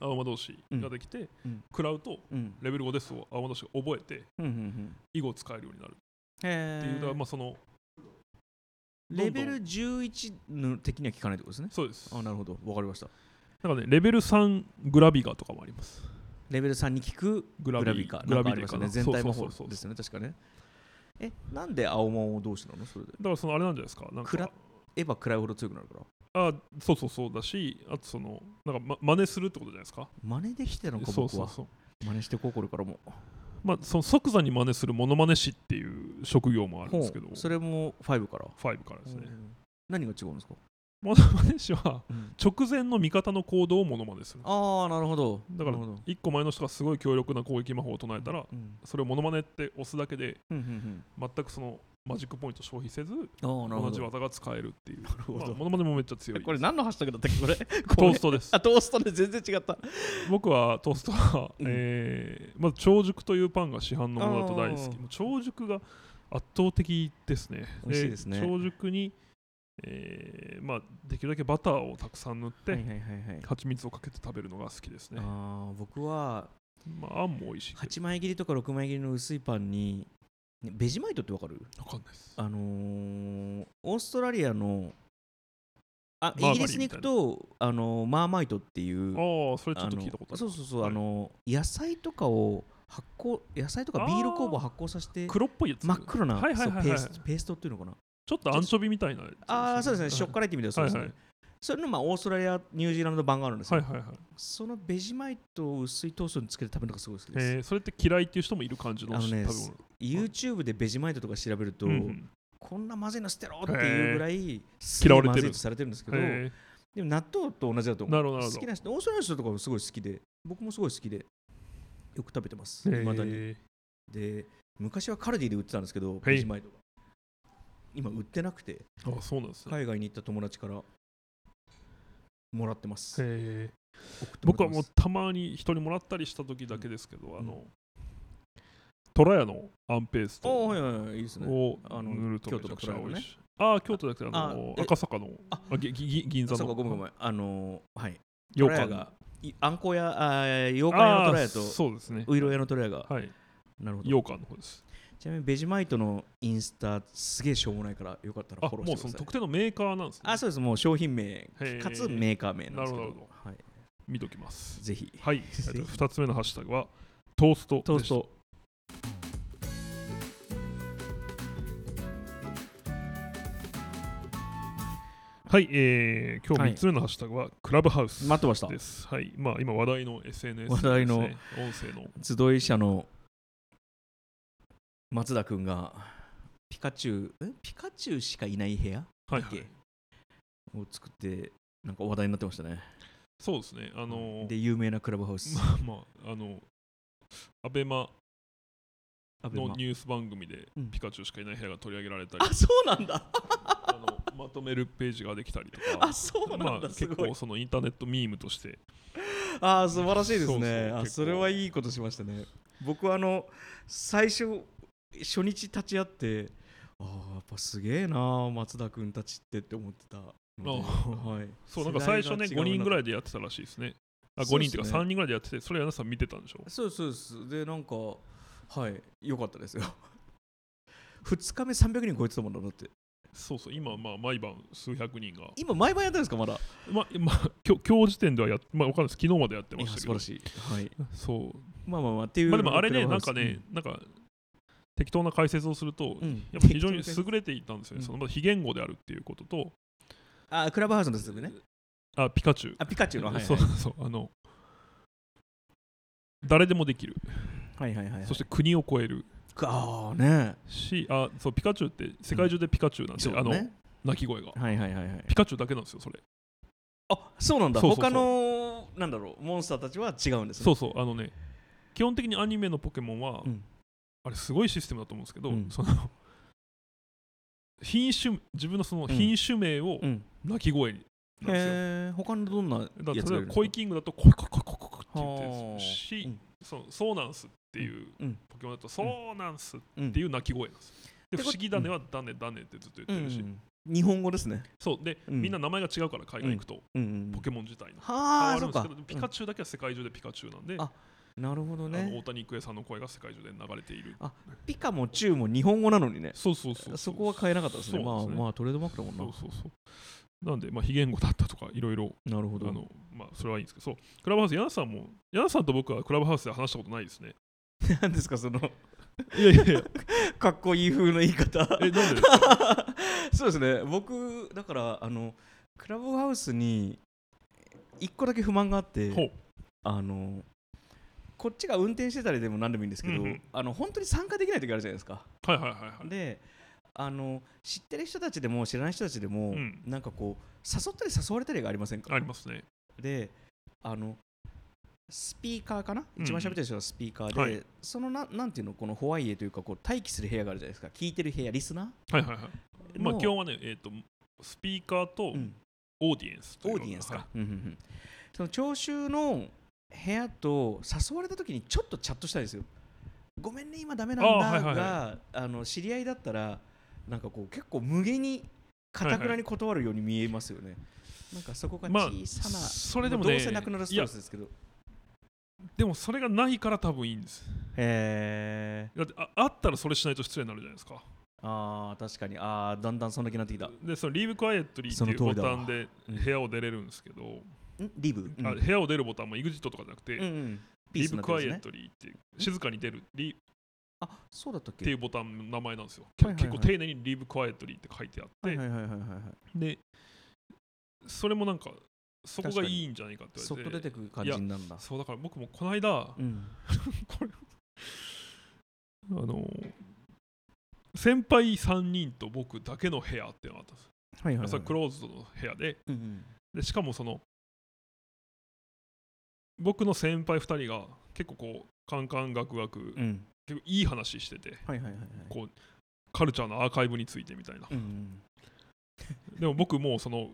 [SPEAKER 2] 青魔同士ができて、
[SPEAKER 1] うん
[SPEAKER 2] 食らうと
[SPEAKER 1] うん
[SPEAKER 2] レベル5ですを青魔同士が覚えて
[SPEAKER 1] うんうんうん
[SPEAKER 2] 囲碁を使えるようになる
[SPEAKER 1] へ
[SPEAKER 2] っ
[SPEAKER 1] ー
[SPEAKER 2] ていう、だからまあそのどんどん
[SPEAKER 1] レベル11の的には効かないってことですね
[SPEAKER 2] そうです
[SPEAKER 1] あなるほどわかりました
[SPEAKER 2] なんかねレベル3グラビガとかもあります
[SPEAKER 1] レベル3に効くグ
[SPEAKER 2] グ
[SPEAKER 1] ラビかなんかあり
[SPEAKER 2] という
[SPEAKER 1] ます
[SPEAKER 2] か
[SPEAKER 1] よ
[SPEAKER 2] な
[SPEAKER 1] ね全体魔法
[SPEAKER 2] そうそうそうそう
[SPEAKER 1] ですよね確かねえなんで青魔王同士なのそれで
[SPEAKER 2] だからそのあれなんじゃないですかなん
[SPEAKER 1] 食ら
[SPEAKER 2] か
[SPEAKER 1] っエヴァ食らうほど強くなるから
[SPEAKER 2] あそうそうそうだしあとそのなんか、ま、真似するってことじゃないですか
[SPEAKER 1] 真似できてるのか
[SPEAKER 2] そう
[SPEAKER 1] 僕
[SPEAKER 2] そう
[SPEAKER 1] は
[SPEAKER 2] そう
[SPEAKER 1] 真似してこうこれからも
[SPEAKER 2] まあ、その即座に真似するモノマネ師っていう職業もあるんですけど、
[SPEAKER 1] ほう
[SPEAKER 2] 5
[SPEAKER 1] それも5から
[SPEAKER 2] からですね。
[SPEAKER 1] うん何が違うんですか、
[SPEAKER 2] モノマネ師は
[SPEAKER 1] うん
[SPEAKER 2] 直前の味方の行動をモノマネする。
[SPEAKER 1] ああなるほど
[SPEAKER 2] だから
[SPEAKER 1] なるほど
[SPEAKER 2] 一個前の人がすごい強力な攻撃魔法を唱えたら、
[SPEAKER 1] うん
[SPEAKER 2] それをモノマネって押すだけで、
[SPEAKER 1] うんうん
[SPEAKER 2] 全くそのマジックポイント消費せず、
[SPEAKER 1] うんああなる
[SPEAKER 2] 同
[SPEAKER 1] ほ
[SPEAKER 2] じ
[SPEAKER 1] ど
[SPEAKER 2] 技が使えるっていう。なる
[SPEAKER 1] ほど
[SPEAKER 2] モノマネもめっちゃ強い。
[SPEAKER 1] これ何のハッシュタグだったっけこれ
[SPEAKER 2] ト
[SPEAKER 1] こ
[SPEAKER 2] ー
[SPEAKER 1] れ
[SPEAKER 2] ストです。
[SPEAKER 1] あトーストで全然違った
[SPEAKER 2] 僕はトーストは、
[SPEAKER 1] うん
[SPEAKER 2] えーまず長熟というパンが市販のものだと大好
[SPEAKER 1] あ
[SPEAKER 2] き
[SPEAKER 1] ー
[SPEAKER 2] もう長熟が圧倒的ですね
[SPEAKER 1] 美味しいですね
[SPEAKER 2] 長熟に、えーまあ、できるだけバターをたくさん塗って、
[SPEAKER 1] はいはいはいはい
[SPEAKER 2] 蜂蜜をかけて食べるのが好きですね
[SPEAKER 1] あー僕は
[SPEAKER 2] まああんも美味しいけど
[SPEAKER 1] 8枚切りとか6枚切りの薄いパンにねベジマイトってわかる
[SPEAKER 2] わかんないです
[SPEAKER 1] あのーオーストラリアのあ
[SPEAKER 2] バーバ
[SPEAKER 1] イ
[SPEAKER 2] リー
[SPEAKER 1] ギリスに行くとあのーマーマイトっていう
[SPEAKER 2] ああそれちょっと聞いたこと
[SPEAKER 1] の
[SPEAKER 2] ある
[SPEAKER 1] そうそうそう、
[SPEAKER 2] はい
[SPEAKER 1] あの野菜とかを発酵野菜とかビール酵母を発酵させて
[SPEAKER 2] 黒っぽいやつ
[SPEAKER 1] 真っ黒な
[SPEAKER 2] はいはい
[SPEAKER 1] そ
[SPEAKER 2] は
[SPEAKER 1] う
[SPEAKER 2] い
[SPEAKER 1] ペ
[SPEAKER 2] はい
[SPEAKER 1] ースペーストっていうのかな
[SPEAKER 2] ちょっとアンチョビみたいなやつね
[SPEAKER 1] ああそうですね
[SPEAKER 2] はい
[SPEAKER 1] ショッカライティみたいなそうで
[SPEAKER 2] はい
[SPEAKER 1] す
[SPEAKER 2] は
[SPEAKER 1] ね、
[SPEAKER 2] いはい
[SPEAKER 1] それのまあオーストラリアニュージーランド版があるんですよ、
[SPEAKER 2] はいはい
[SPEAKER 1] そのベジマイトを薄いトーストにつけて食べるのがすごい好きです、
[SPEAKER 2] えーそれって嫌いっていう人もいる感じの
[SPEAKER 1] あのね
[SPEAKER 2] 食べ物
[SPEAKER 1] YouTube でベジマイトとか調べると、
[SPEAKER 2] うんうん
[SPEAKER 1] こんなまずいの捨てろっていうぐらい
[SPEAKER 2] 嫌われてる
[SPEAKER 1] まずいとされてるんですけど、
[SPEAKER 2] え
[SPEAKER 1] でも納豆と同じだと
[SPEAKER 2] ー
[SPEAKER 1] 思う
[SPEAKER 2] なるほどなる
[SPEAKER 1] 好
[SPEAKER 2] ほど
[SPEAKER 1] きな人オーストラリアの人とかもすごい好きで僕もすごい好きでよく食べてます、
[SPEAKER 2] えー
[SPEAKER 1] 未だにで昔はカルディで売ってたんですけど
[SPEAKER 2] い
[SPEAKER 1] ベジマイトが今売ってなくて
[SPEAKER 2] あそうなんですね、
[SPEAKER 1] 海外に行った友達からもらってます
[SPEAKER 2] えー
[SPEAKER 1] 送ってら
[SPEAKER 2] 僕は
[SPEAKER 1] ってます
[SPEAKER 2] もうたまに人にもらったりした時だけですけど、
[SPEAKER 1] ん
[SPEAKER 2] あのトラヤのアンペースト
[SPEAKER 1] お
[SPEAKER 2] を
[SPEAKER 1] ーはいはいはいいいですねあの
[SPEAKER 2] 塗るとめ
[SPEAKER 1] 京
[SPEAKER 2] ち
[SPEAKER 1] 都
[SPEAKER 2] ゃ
[SPEAKER 1] の
[SPEAKER 2] くちゃ
[SPEAKER 1] 虎屋
[SPEAKER 2] 美
[SPEAKER 1] のね
[SPEAKER 2] 味しい。ああ、京都だけど、あの
[SPEAKER 1] あえ
[SPEAKER 2] 赤坂の、
[SPEAKER 1] あ
[SPEAKER 2] あぎぎ銀座
[SPEAKER 1] あそうか
[SPEAKER 2] の
[SPEAKER 1] ごめんごめんあのーはい
[SPEAKER 2] 洋
[SPEAKER 1] トラヤ
[SPEAKER 2] 館
[SPEAKER 1] がいあんこ屋あー洋館屋の
[SPEAKER 2] あ
[SPEAKER 1] トラ
[SPEAKER 2] ー
[SPEAKER 1] ヤと
[SPEAKER 2] そうですね。
[SPEAKER 1] ういろ屋のトラヤが
[SPEAKER 2] はい、
[SPEAKER 1] なるほど
[SPEAKER 2] 洋館の方です。
[SPEAKER 1] ちなみにベジマイトのインスタすげえしょうもないからよかったら
[SPEAKER 2] あ
[SPEAKER 1] フォロー
[SPEAKER 2] も
[SPEAKER 1] してく
[SPEAKER 2] うそ
[SPEAKER 1] ださ
[SPEAKER 2] の
[SPEAKER 1] い。
[SPEAKER 2] 特定のメーカーなんですね。
[SPEAKER 1] あそうですもう商品名
[SPEAKER 2] へー
[SPEAKER 1] かつメーカー名なんですけど
[SPEAKER 2] なるほどなる
[SPEAKER 1] はい、
[SPEAKER 2] 見ときます。
[SPEAKER 1] ぜひ
[SPEAKER 2] はい、えっと二つ目のハッシュタグはトーストでした。
[SPEAKER 1] トースト
[SPEAKER 2] はい、えー、今
[SPEAKER 1] はい
[SPEAKER 2] 日3つ目のハッシュタグはクラブハウス
[SPEAKER 1] 待ってました
[SPEAKER 2] です。はい、まあ今話題の SNS
[SPEAKER 1] 話題の
[SPEAKER 2] ですね音声の
[SPEAKER 1] 集い者の松田君がピカチュウえピカチュウしかいない部屋
[SPEAKER 2] はい
[SPEAKER 1] だ
[SPEAKER 2] は
[SPEAKER 1] っけ
[SPEAKER 2] い、
[SPEAKER 1] を作ってなんか話題になってましたね、
[SPEAKER 2] そうですね。あのー
[SPEAKER 1] で有名なクラブハウス、
[SPEAKER 2] まあまあ、あの、アベマ
[SPEAKER 1] アベマ
[SPEAKER 2] のニュース番組で
[SPEAKER 1] うん
[SPEAKER 2] ピカチュウしかいない部屋が取り上げられたり
[SPEAKER 1] あ、そうなんだ
[SPEAKER 2] あのまとめるページができたりと
[SPEAKER 1] あ
[SPEAKER 2] か、
[SPEAKER 1] そうなんだ、
[SPEAKER 2] まあ、
[SPEAKER 1] す
[SPEAKER 2] 結
[SPEAKER 1] ごい
[SPEAKER 2] 構そのインターネットミームとして、
[SPEAKER 1] ああ素晴らしいですね
[SPEAKER 2] そうそう
[SPEAKER 1] あ
[SPEAKER 2] 結構
[SPEAKER 1] それはいいことしましたね僕はあの最初初日立ち会ってああやっぱすげえな松田君たちってって思ってたので
[SPEAKER 2] あ
[SPEAKER 1] はい、
[SPEAKER 2] そうなんか最初ね、
[SPEAKER 1] 世代が違うな
[SPEAKER 2] 5人ぐらいでやってたらしいですね。あ
[SPEAKER 1] そ
[SPEAKER 2] 5
[SPEAKER 1] うで
[SPEAKER 2] 人っ
[SPEAKER 1] す
[SPEAKER 2] て
[SPEAKER 1] ね
[SPEAKER 2] いうか3人ぐらいでやってて、それ皆さん見てたんでしょ
[SPEAKER 1] そうですそうですでなんか はい良かったですよ2日目300人超えてたもんだだって
[SPEAKER 2] そうそう今まあ毎晩数百人が
[SPEAKER 1] 今毎晩やってるんですかまだ
[SPEAKER 2] まあまあ今日今日時点ではやっまあわかんないです昨日までやって
[SPEAKER 1] い
[SPEAKER 2] ま
[SPEAKER 1] や
[SPEAKER 2] した
[SPEAKER 1] 素晴
[SPEAKER 2] けど
[SPEAKER 1] らしい、 はい、
[SPEAKER 2] そう
[SPEAKER 1] まあまあまあっていう
[SPEAKER 2] まあでもあれね
[SPEAKER 1] クラ
[SPEAKER 2] なん
[SPEAKER 1] ブハ
[SPEAKER 2] か
[SPEAKER 1] ウス
[SPEAKER 2] ね、なんか適当な解説をすると、
[SPEAKER 1] うんうん
[SPEAKER 2] やっぱ非常に優れていたんですよね、
[SPEAKER 1] うん
[SPEAKER 2] そのまあ非言語であるっていうことと、
[SPEAKER 1] あクラブハウスのですね
[SPEAKER 2] あピカチュウ
[SPEAKER 1] あピカチュウのはいはい
[SPEAKER 2] そうそうあの誰でもできる、
[SPEAKER 1] はいはいはいはい
[SPEAKER 2] そして国を超える
[SPEAKER 1] ああね
[SPEAKER 2] しあそうピカチュウって世界中でピカチュウなんで、
[SPEAKER 1] そう
[SPEAKER 2] あ
[SPEAKER 1] だ
[SPEAKER 2] の
[SPEAKER 1] ね
[SPEAKER 2] 鳴き声が
[SPEAKER 1] はいはいはいはい
[SPEAKER 2] ピカチュウだけなんですよそれ
[SPEAKER 1] あそうなんだ
[SPEAKER 2] そうそうそう
[SPEAKER 1] 他のなんだろうモンスターたちは違うんですね
[SPEAKER 2] そうそうあのね基本的にアニメのポケモンは、
[SPEAKER 1] うん
[SPEAKER 2] あれすごいシステムだと思うんですけど、
[SPEAKER 1] うん
[SPEAKER 2] その品種自分のその品種名を
[SPEAKER 1] うん
[SPEAKER 2] 鳴き声になんです
[SPEAKER 1] へ
[SPEAKER 2] よ、
[SPEAKER 1] え他のどんなやつ
[SPEAKER 2] だ
[SPEAKER 1] がいるん
[SPEAKER 2] か
[SPEAKER 1] で
[SPEAKER 2] ら
[SPEAKER 1] す
[SPEAKER 2] それ
[SPEAKER 1] か
[SPEAKER 2] はコイキングだとコイコイコイコイコイって言ってるんですよし、
[SPEAKER 1] はあうん
[SPEAKER 2] そのソーナンスっていう
[SPEAKER 1] うん
[SPEAKER 2] ポケモンだとソーナンスっ
[SPEAKER 1] うん
[SPEAKER 2] ていう鳴き声なんですよ。
[SPEAKER 1] って
[SPEAKER 2] で不
[SPEAKER 1] こと
[SPEAKER 2] 思議だねはだねだねってずっと言
[SPEAKER 1] う
[SPEAKER 2] っ
[SPEAKER 1] ん
[SPEAKER 2] て
[SPEAKER 1] う
[SPEAKER 2] るし、
[SPEAKER 1] ん日本語ですね
[SPEAKER 2] そうで、
[SPEAKER 1] うん
[SPEAKER 2] みんな名前が違うから海外行くと、
[SPEAKER 1] うんうん
[SPEAKER 2] ポケモン自体の
[SPEAKER 1] はあ
[SPEAKER 2] 変
[SPEAKER 1] そ
[SPEAKER 2] わるん
[SPEAKER 1] うか
[SPEAKER 2] ですけどピカチュウだけは世界中でピカチュウなんで、
[SPEAKER 1] あうんなるほど
[SPEAKER 2] あの
[SPEAKER 1] ね
[SPEAKER 2] 大谷育英さんの声が世界中で流れている。
[SPEAKER 1] ピカもチュウも日本語なのにね
[SPEAKER 2] そうそうそうう
[SPEAKER 1] そこは変えなかったですね
[SPEAKER 2] そう
[SPEAKER 1] ま
[SPEAKER 2] な
[SPEAKER 1] あ
[SPEAKER 2] んですね
[SPEAKER 1] まあトレードマークだもん
[SPEAKER 2] そうそうそうなんで、まあ、非言語だったとかいろいろ
[SPEAKER 1] ななるほ
[SPEAKER 2] あ
[SPEAKER 1] ど
[SPEAKER 2] の、まあ、それはいいんですけどそうクラブハウス柳さんも柳さんと僕はクラブハウスで話したことないですね。
[SPEAKER 1] 何ですかその
[SPEAKER 2] いやいやいや
[SPEAKER 1] かっこいい風の言い方
[SPEAKER 2] えなんで
[SPEAKER 1] そうですね僕だからあのクラブハウスに一個だけ不満があって
[SPEAKER 2] ほう
[SPEAKER 1] あのこっちが運転してたりでも何でもいいんですけど、
[SPEAKER 2] うんうん
[SPEAKER 1] あの本当に参加できない時あるじゃないですか。
[SPEAKER 2] はいはいはいはい。
[SPEAKER 1] であの知ってる人たちでも知らない人たちでも、
[SPEAKER 2] うん
[SPEAKER 1] なんかこう誘ったり誘われたりがありませんか
[SPEAKER 2] ありますね。
[SPEAKER 1] であのスピーカーかな、
[SPEAKER 2] うん
[SPEAKER 1] 一番喋ってる人はスピーカーで、
[SPEAKER 2] はい
[SPEAKER 1] そのななんていうのこのホワイエというかこう待機する部屋があるじゃないですか聞いてる部屋リスナー
[SPEAKER 2] はいはいはい。まあ
[SPEAKER 1] の
[SPEAKER 2] 今日はね、えっ、と、スピーカーと
[SPEAKER 1] うん
[SPEAKER 2] オーディエンスという
[SPEAKER 1] オ
[SPEAKER 2] の
[SPEAKER 1] ー
[SPEAKER 2] が
[SPEAKER 1] ディエンス
[SPEAKER 2] は
[SPEAKER 1] か、うんうんうんその聴衆の部屋と誘われた時にちょっとチャットしたいですよごめんね今ダメなんだが
[SPEAKER 2] あ
[SPEAKER 1] あ、
[SPEAKER 2] はいはい
[SPEAKER 1] の知り合いだったらなんかこう結構無限にかたくなに断るように見えますよね、なんかそこが
[SPEAKER 2] まあ
[SPEAKER 1] 小さな、
[SPEAKER 2] それでもね
[SPEAKER 1] どうせなくなるストレスですけどへ
[SPEAKER 2] いでもそれがないから多分いいんです。
[SPEAKER 1] え
[SPEAKER 2] だってああったらそれしないと失礼になるじゃないですか。
[SPEAKER 1] あー確かにあーだんだんそんな気になってきたん
[SPEAKER 2] で、そのリーブクワイエットリーって
[SPEAKER 1] その
[SPEAKER 2] いう
[SPEAKER 1] 通
[SPEAKER 2] ボ
[SPEAKER 1] りだ
[SPEAKER 2] タ
[SPEAKER 1] わ
[SPEAKER 2] ンで
[SPEAKER 1] うん
[SPEAKER 2] 部屋を出れるんですけど、
[SPEAKER 1] リブ、うん
[SPEAKER 2] あ部屋を出るボタンも EXIT とかじゃなくて、
[SPEAKER 1] うんうんピー
[SPEAKER 2] リー
[SPEAKER 1] スに
[SPEAKER 2] ブ
[SPEAKER 1] なっ
[SPEAKER 2] ク
[SPEAKER 1] てる
[SPEAKER 2] ワ
[SPEAKER 1] んです
[SPEAKER 2] イエッ
[SPEAKER 1] ね
[SPEAKER 2] トリーって静かに出るリっ
[SPEAKER 1] あそうだったって
[SPEAKER 2] い
[SPEAKER 1] け
[SPEAKER 2] うボタンの名前なんですよ。
[SPEAKER 1] はいはいはい
[SPEAKER 2] 結構丁寧にリーブクワイエットリーって書いてあって、
[SPEAKER 1] はいはいはいはいはいはい
[SPEAKER 2] で、それもなんか、そこがいいんじゃないかって
[SPEAKER 1] そ
[SPEAKER 2] 言
[SPEAKER 1] っ
[SPEAKER 2] わ
[SPEAKER 1] と
[SPEAKER 2] れ
[SPEAKER 1] 出
[SPEAKER 2] て
[SPEAKER 1] て。くる感じになるんだ
[SPEAKER 2] そうだから僕もこの間、
[SPEAKER 1] うん
[SPEAKER 2] あの先輩3人と僕だけの部屋ってのがあったんです、
[SPEAKER 1] はいはいはい
[SPEAKER 2] それクローズドの部屋で
[SPEAKER 1] うんうん
[SPEAKER 2] でしかもその僕の先輩2人が結構こうカンカンガクガク、
[SPEAKER 1] うん
[SPEAKER 2] 結構いい話してて
[SPEAKER 1] はいはいはいはい。
[SPEAKER 2] こカルチャーのアーカイブについてみたいな
[SPEAKER 1] うんうん
[SPEAKER 2] でも僕もうその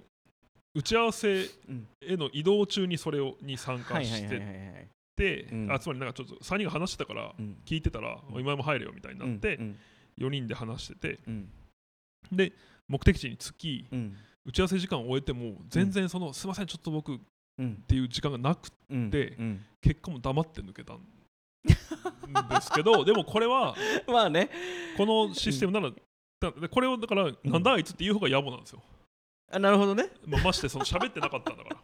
[SPEAKER 2] 打ち合わせ
[SPEAKER 1] うん
[SPEAKER 2] への移動中にそれをに参
[SPEAKER 1] は
[SPEAKER 2] 加
[SPEAKER 1] いはい
[SPEAKER 2] し
[SPEAKER 1] はいはい
[SPEAKER 2] て
[SPEAKER 1] はい。
[SPEAKER 2] て
[SPEAKER 1] うん
[SPEAKER 2] あつまりなんかちょっと3人が話してたから
[SPEAKER 1] うん
[SPEAKER 2] 聞いてたら、
[SPEAKER 1] うん
[SPEAKER 2] 今も入れよみたいになって
[SPEAKER 1] うん
[SPEAKER 2] 4人で話してて
[SPEAKER 1] うん
[SPEAKER 2] で目的地に着き
[SPEAKER 1] うん
[SPEAKER 2] 打ち合わせ時間を終えても全然その、すいませんちょっと僕っ
[SPEAKER 1] うん
[SPEAKER 2] ていう時間がなく
[SPEAKER 1] うん
[SPEAKER 2] で
[SPEAKER 1] うん
[SPEAKER 2] 結果も黙って抜けたんですけどでもこれは
[SPEAKER 1] まあね。
[SPEAKER 2] このシステムなら、だでこれをだからなんだあいつって言う方が野暮なんですよ、
[SPEAKER 1] あなるほどね。
[SPEAKER 2] まあましてその喋ってなかったんだから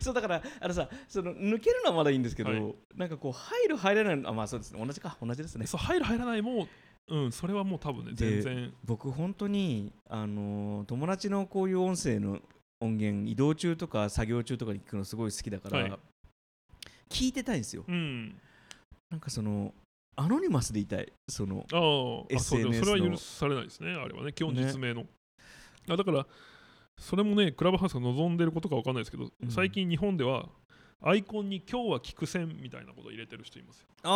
[SPEAKER 1] そうだからあのさその抜けるのはまだいいんですけど、
[SPEAKER 2] はい
[SPEAKER 1] なんかこう入る入れないのあまあそうですね同じか同じ ですね。
[SPEAKER 2] そう入る入らないもうんそれはもう多分ね
[SPEAKER 1] で
[SPEAKER 2] 全然
[SPEAKER 1] 僕本当にあの友達のこういう音声の音源移動中とか作業中とかに聞くのすごい好きだから、
[SPEAKER 2] はい
[SPEAKER 1] 聞いてたいんですよ。
[SPEAKER 2] うん
[SPEAKER 1] なんかそのアノニマスでいたいその
[SPEAKER 2] あーあそうでも
[SPEAKER 1] SNS
[SPEAKER 2] それは
[SPEAKER 1] の
[SPEAKER 2] 許されないですねあれはね基本
[SPEAKER 1] ね
[SPEAKER 2] 実名の、あだからそれもねクラブハウスが望んでることかわかんないですけど、
[SPEAKER 1] うん
[SPEAKER 2] 最近日本ではアイコンに今日は聞くせんみたいなことを入れてる人いますよ
[SPEAKER 1] あ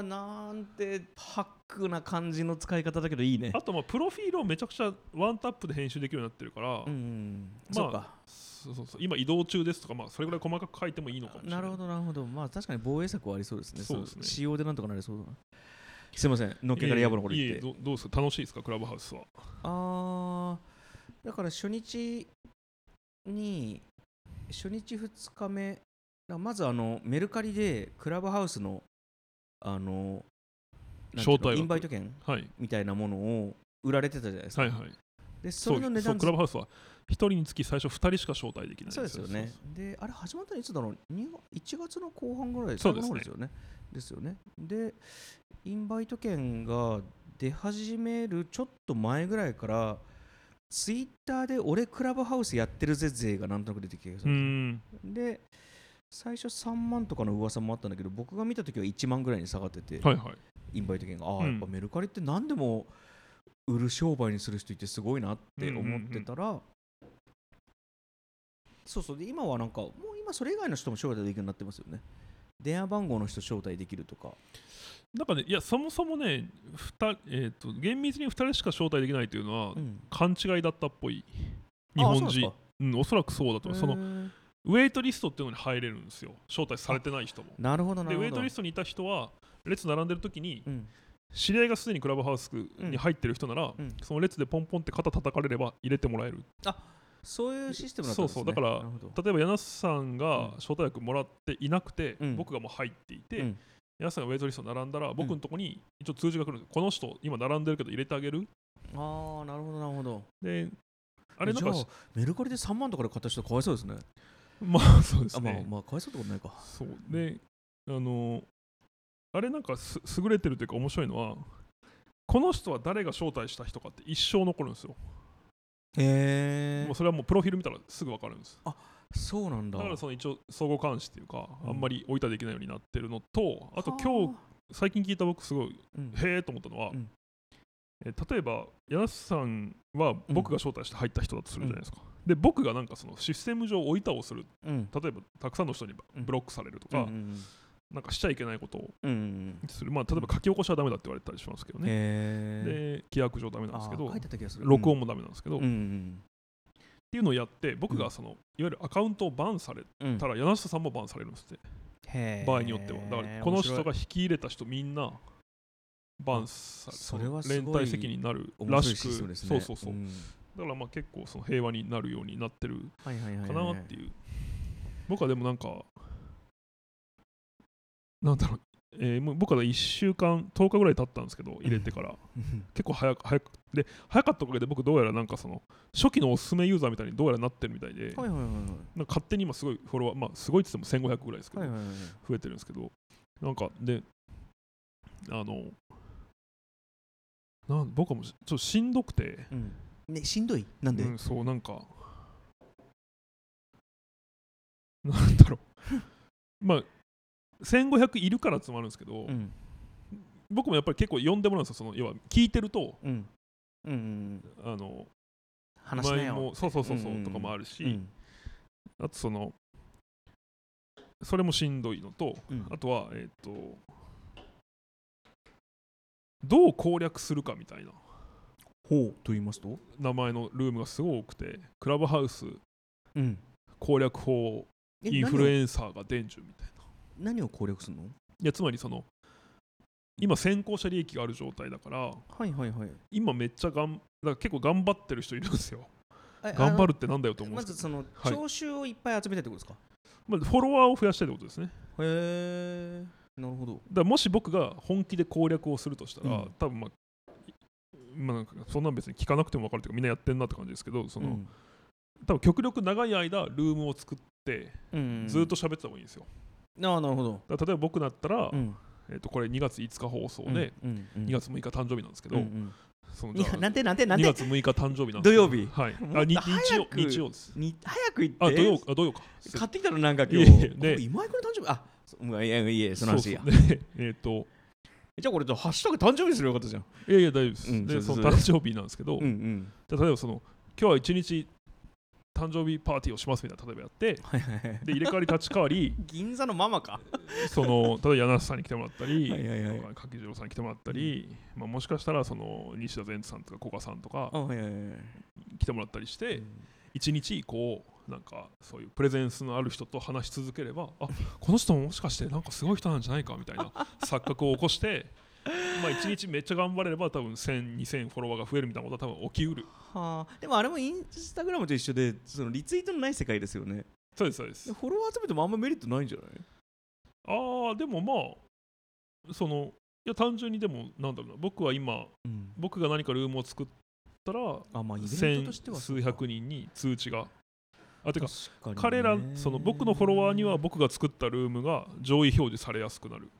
[SPEAKER 1] ーなんてパックな感じの使い方だけどいいね
[SPEAKER 2] あとまあプロフィールをめちゃくちゃワンタップで編集できるようになってるか
[SPEAKER 1] う
[SPEAKER 2] ら、
[SPEAKER 1] んうん、
[SPEAKER 2] あ
[SPEAKER 1] そうか
[SPEAKER 2] そうそうそう今移動中ですとか、まあ、それぐらい細かく書いてもいいのかもしれな
[SPEAKER 1] ないるほどなるほどまあ確かに防衛策はありそうですね
[SPEAKER 2] そうですね
[SPEAKER 1] 仕様でなんとかなりそうだなすいませんのっけから野暮なこと
[SPEAKER 2] いえい
[SPEAKER 1] 言っ
[SPEAKER 2] え
[SPEAKER 1] て
[SPEAKER 2] どどうですか楽しいですかクラブハウスは
[SPEAKER 1] あーだから初日に初日2日目だからまずあのメルカリでクラブハウスのあのなんていうの
[SPEAKER 2] 招待枠
[SPEAKER 1] インバイト券
[SPEAKER 2] はい
[SPEAKER 1] みたいなものを売られてたじゃないですか、
[SPEAKER 2] はいはい
[SPEAKER 1] でそれの値
[SPEAKER 2] そ
[SPEAKER 1] 段
[SPEAKER 2] うそうクラブハウスは1人につき最初2人しか招待できないん
[SPEAKER 1] そうですよね。で、あれ始まったのいつだろう、に1月の後半ぐらい
[SPEAKER 2] そうですね
[SPEAKER 1] 最後の方よね。ですよね。で、インバイト券が出始めるちょっと前ぐらいから、ツイッターで俺クラブハウスやってるぜ勢がなんとなく出てきて、
[SPEAKER 2] うーん
[SPEAKER 1] で、最初3万とかの噂もあったんだけど、僕が見た時は1万ぐらいに下がってて、
[SPEAKER 2] はいはい
[SPEAKER 1] インバイト券が、ああ、
[SPEAKER 2] うん
[SPEAKER 1] やっぱメルカリって何でも売る商売にする人いてすごいなって思ってたら、そうそう、で今はなんか、もう今それ以外の人も招待できるようになってますよね。電話番号の人招待できるとか、
[SPEAKER 2] なんかねいやそもそもねふた、えー、と厳密に2人しか招待できないというのは
[SPEAKER 1] うん
[SPEAKER 2] 勘違いだったっぽい日本
[SPEAKER 1] あそう
[SPEAKER 2] 人うん、おそらくそうだと
[SPEAKER 1] なんで
[SPEAKER 2] 思
[SPEAKER 1] す
[SPEAKER 2] うそ
[SPEAKER 1] かへ
[SPEAKER 2] の
[SPEAKER 1] ー
[SPEAKER 2] ウェイトリストっていうのに入れるんですよ招待されてない人も
[SPEAKER 1] なるほど、な
[SPEAKER 2] で
[SPEAKER 1] る
[SPEAKER 2] ウ
[SPEAKER 1] ほ
[SPEAKER 2] ェ
[SPEAKER 1] ど。
[SPEAKER 2] イトリストにいた人は列並んでる時に
[SPEAKER 1] うん、
[SPEAKER 2] 知り合いがすでにクラブハウスに入ってる人なら、
[SPEAKER 1] うん
[SPEAKER 2] その列でポンポンって肩叩かれれば入れてもらえる
[SPEAKER 1] そういうシステムだったんですね
[SPEAKER 2] そうそうだから
[SPEAKER 1] なるほど
[SPEAKER 2] 例えば柳瀬さん
[SPEAKER 1] うん
[SPEAKER 2] が招待枠もらっていなくて、
[SPEAKER 1] うん
[SPEAKER 2] 僕がもう入っていて、
[SPEAKER 1] うん
[SPEAKER 2] 柳瀬さんがウェイトリストに並んだら僕のとこに一応通知が来るんです、この人今並んでるけど入れてあげる
[SPEAKER 1] ああ、なるほど、なるほど。
[SPEAKER 2] であれな
[SPEAKER 1] じ
[SPEAKER 2] んか
[SPEAKER 1] ゃあメルカリで3万とかで買った人、かわいそうですね。
[SPEAKER 2] まあ そうです
[SPEAKER 1] あまあ、
[SPEAKER 2] ね、
[SPEAKER 1] まあ、かわいそうってことないか。
[SPEAKER 2] そうであのあれなんかす優れてるというか面白いのはこの人は誰が招待した人かって一生残るんですよ、
[SPEAKER 1] へ
[SPEAKER 2] も
[SPEAKER 1] え
[SPEAKER 2] う、それはもうプロフィール見たらすぐ分かるんです
[SPEAKER 1] そうなんだ。
[SPEAKER 2] だからその一応相互監視っていうか、
[SPEAKER 1] うん
[SPEAKER 2] あんまり置いたできないようになってるのとあと今日
[SPEAKER 1] はあ、
[SPEAKER 2] 最近聞いた僕すごい
[SPEAKER 1] うん
[SPEAKER 2] へえと思ったのは、
[SPEAKER 1] うん
[SPEAKER 2] え例えば柳瀬さんは僕が招待して入った人だとするじゃないですか、で僕がなんかそのシステム上追い倒をする
[SPEAKER 1] うん
[SPEAKER 2] 例えばたくさんの人に
[SPEAKER 1] うん
[SPEAKER 2] ブロックされると
[SPEAKER 1] うん
[SPEAKER 2] か、なんかしちゃいけないことを
[SPEAKER 1] うんうん
[SPEAKER 2] するまあ例えば書き起こしはダメだって言われたりしますけどね、
[SPEAKER 1] へー
[SPEAKER 2] で規約上ダメなん
[SPEAKER 1] あ
[SPEAKER 2] ですけ
[SPEAKER 1] ー
[SPEAKER 2] ど
[SPEAKER 1] 書いてあった気がする
[SPEAKER 2] 録音もダメなんですけど、
[SPEAKER 1] うん
[SPEAKER 2] っ
[SPEAKER 1] うん
[SPEAKER 2] ていうのをやって僕がそのいわゆるアカウントをバンされ
[SPEAKER 1] うんうん
[SPEAKER 2] たら柳瀬さんもバンされるんですって
[SPEAKER 1] へー
[SPEAKER 2] 場合によってはだからこの人
[SPEAKER 1] 面白い
[SPEAKER 2] が引き入れた人みんなバンさ
[SPEAKER 1] それはすごい
[SPEAKER 2] 連帯責任になるら
[SPEAKER 1] 面白
[SPEAKER 2] し
[SPEAKER 1] い
[SPEAKER 2] く
[SPEAKER 1] システムですね
[SPEAKER 2] そうそうそう、
[SPEAKER 1] ん
[SPEAKER 2] だからまあ結構その平和になるようになってる
[SPEAKER 1] はいはいはいはい
[SPEAKER 2] かなっていう、僕はでもなんかなんだろう、えーもう僕は1週間10日ぐらい経ったんですけど入れてから、結構早く早くで早かったおかげで僕どうやらなんかその初期のおすすめユーザーみたいにどうやらなってるみたいで、
[SPEAKER 1] はいはいはいはい
[SPEAKER 2] なんか勝手に今すごいフォロワーまあすごいって言っても1500ぐらいですけど、
[SPEAKER 1] はいはいはい
[SPEAKER 2] 増えてるんですけど、なんか、で、あの、なん僕はもうしちょっとしんどくて、
[SPEAKER 1] うんねしんどいなんで
[SPEAKER 2] うん、そう、なんか、なんだろ う、まあ、1500いるからつまるんですけど、
[SPEAKER 1] うん
[SPEAKER 2] 僕もやっぱり結構呼んでもらうんですよ、その要は聞いてると、
[SPEAKER 1] うんうんうん
[SPEAKER 2] あの
[SPEAKER 1] 話しな
[SPEAKER 2] 前
[SPEAKER 1] よ
[SPEAKER 2] もそうそうそうそう、
[SPEAKER 1] うんうん
[SPEAKER 2] とかもあるし、
[SPEAKER 1] うん
[SPEAKER 2] あとその、それもしんどいのと、
[SPEAKER 1] うん
[SPEAKER 2] あとは、えっ、と、どう攻略するかみたいな
[SPEAKER 1] ほうと言いますと
[SPEAKER 2] 名前のルームがすごい多くて、クラブハウス
[SPEAKER 1] うん
[SPEAKER 2] 攻略法
[SPEAKER 1] え
[SPEAKER 2] インフ
[SPEAKER 1] 何
[SPEAKER 2] ル
[SPEAKER 1] を
[SPEAKER 2] エンサーが伝授みたいな。
[SPEAKER 1] 何を攻略するの
[SPEAKER 2] いや、つまりその、今先行者利益がある状態だから、
[SPEAKER 1] はいはいはい
[SPEAKER 2] 今めっちゃがん、だから結構頑張ってる人いるんですよ。
[SPEAKER 1] え
[SPEAKER 2] 頑張
[SPEAKER 1] あ
[SPEAKER 2] るってなんだよと
[SPEAKER 1] の
[SPEAKER 2] 思
[SPEAKER 1] ま
[SPEAKER 2] うんです
[SPEAKER 1] ず
[SPEAKER 2] け
[SPEAKER 1] その
[SPEAKER 2] はい
[SPEAKER 1] 聴衆をいっぱい集めたいってことですか
[SPEAKER 2] ど、まずフォロワーを増やしたいってことですね。
[SPEAKER 1] へえなるほど
[SPEAKER 2] だからもし僕が本気で攻略をするとしたら、
[SPEAKER 1] うん
[SPEAKER 2] 多分まあ、まあ、なんかそんなん別に聞かなくても分かるというかみんなやってんなって感じですけどその、
[SPEAKER 1] うん
[SPEAKER 2] 多分極力長い間ルームを作って
[SPEAKER 1] うん
[SPEAKER 2] ずっと喋ってた方がいいんですよ、
[SPEAKER 1] ああなるほど
[SPEAKER 2] だから例えば僕だったら、
[SPEAKER 1] うん
[SPEAKER 2] えっとこれ2月5日放送で、
[SPEAKER 1] うんうん
[SPEAKER 2] 2月6日誕生日なんですけ
[SPEAKER 1] う
[SPEAKER 2] ど、
[SPEAKER 1] んうん
[SPEAKER 2] その
[SPEAKER 1] い
[SPEAKER 2] じゃ
[SPEAKER 1] や
[SPEAKER 2] あ
[SPEAKER 1] なんてなんてなん
[SPEAKER 2] 2
[SPEAKER 1] て
[SPEAKER 2] 月6日誕生日なんですけど
[SPEAKER 1] 土曜日
[SPEAKER 2] はい
[SPEAKER 1] も
[SPEAKER 2] あ
[SPEAKER 1] っ
[SPEAKER 2] に
[SPEAKER 1] と
[SPEAKER 2] 日
[SPEAKER 1] 早
[SPEAKER 2] 曜
[SPEAKER 1] く
[SPEAKER 2] 日曜です
[SPEAKER 1] に早く行って
[SPEAKER 2] あ土曜あ土曜か
[SPEAKER 1] 買ってきたのなんか今
[SPEAKER 2] い
[SPEAKER 1] 日
[SPEAKER 2] えいえ
[SPEAKER 1] あ
[SPEAKER 2] で
[SPEAKER 1] 今井君の誕生日あそううんいやいやいやその話や
[SPEAKER 2] そうそうでえっと
[SPEAKER 1] じゃあこれとハッシュタグ誕生日にすればよかったじゃん
[SPEAKER 2] いやいや大丈夫です、
[SPEAKER 1] うん
[SPEAKER 2] で
[SPEAKER 1] そ
[SPEAKER 2] そう
[SPEAKER 1] そう
[SPEAKER 2] の誕生日なんですけど、
[SPEAKER 1] うんうん
[SPEAKER 2] で例えばその今日は一日誕生日パーティーをしますみたいな例えばやって
[SPEAKER 1] はいはいはい
[SPEAKER 2] で入れ替わり立ち替わり
[SPEAKER 1] 銀座のママか
[SPEAKER 2] その例えば柳瀬さんに来てもらったり
[SPEAKER 1] はいはいはい
[SPEAKER 2] まあ柿次郎さんに来てもらったり、まあ、もしかしたらその西田善治さんとか古賀さんとか
[SPEAKER 1] あはいはいはい
[SPEAKER 2] 来てもらったりして一日こうなんかそういうプレゼンスのある人と話し続ければあこの人ももしかしてなんかすごい人なんじゃないかみたい な錯覚を起こして。まあ一日めっちゃ頑張れれば多分1000、2000フォロワーが増えるみたいなことは多分起きうる。
[SPEAKER 1] はあでもあれもインスタグラムと一緒でそのリツイートのない世界ですよね
[SPEAKER 2] そうです、そうです
[SPEAKER 1] で。フォロワー集めてもあんまメリットないんじゃない
[SPEAKER 2] ああでもまあそのや単純にでもなんだろうな僕は今
[SPEAKER 1] うん
[SPEAKER 2] 僕が何かルームを作ったら
[SPEAKER 1] あまあイベント
[SPEAKER 2] 千
[SPEAKER 1] としては
[SPEAKER 2] 数百人に通知があてか
[SPEAKER 1] 人
[SPEAKER 2] 彼らその僕のフォロワーには僕が作ったルームが上位表示されやすくなる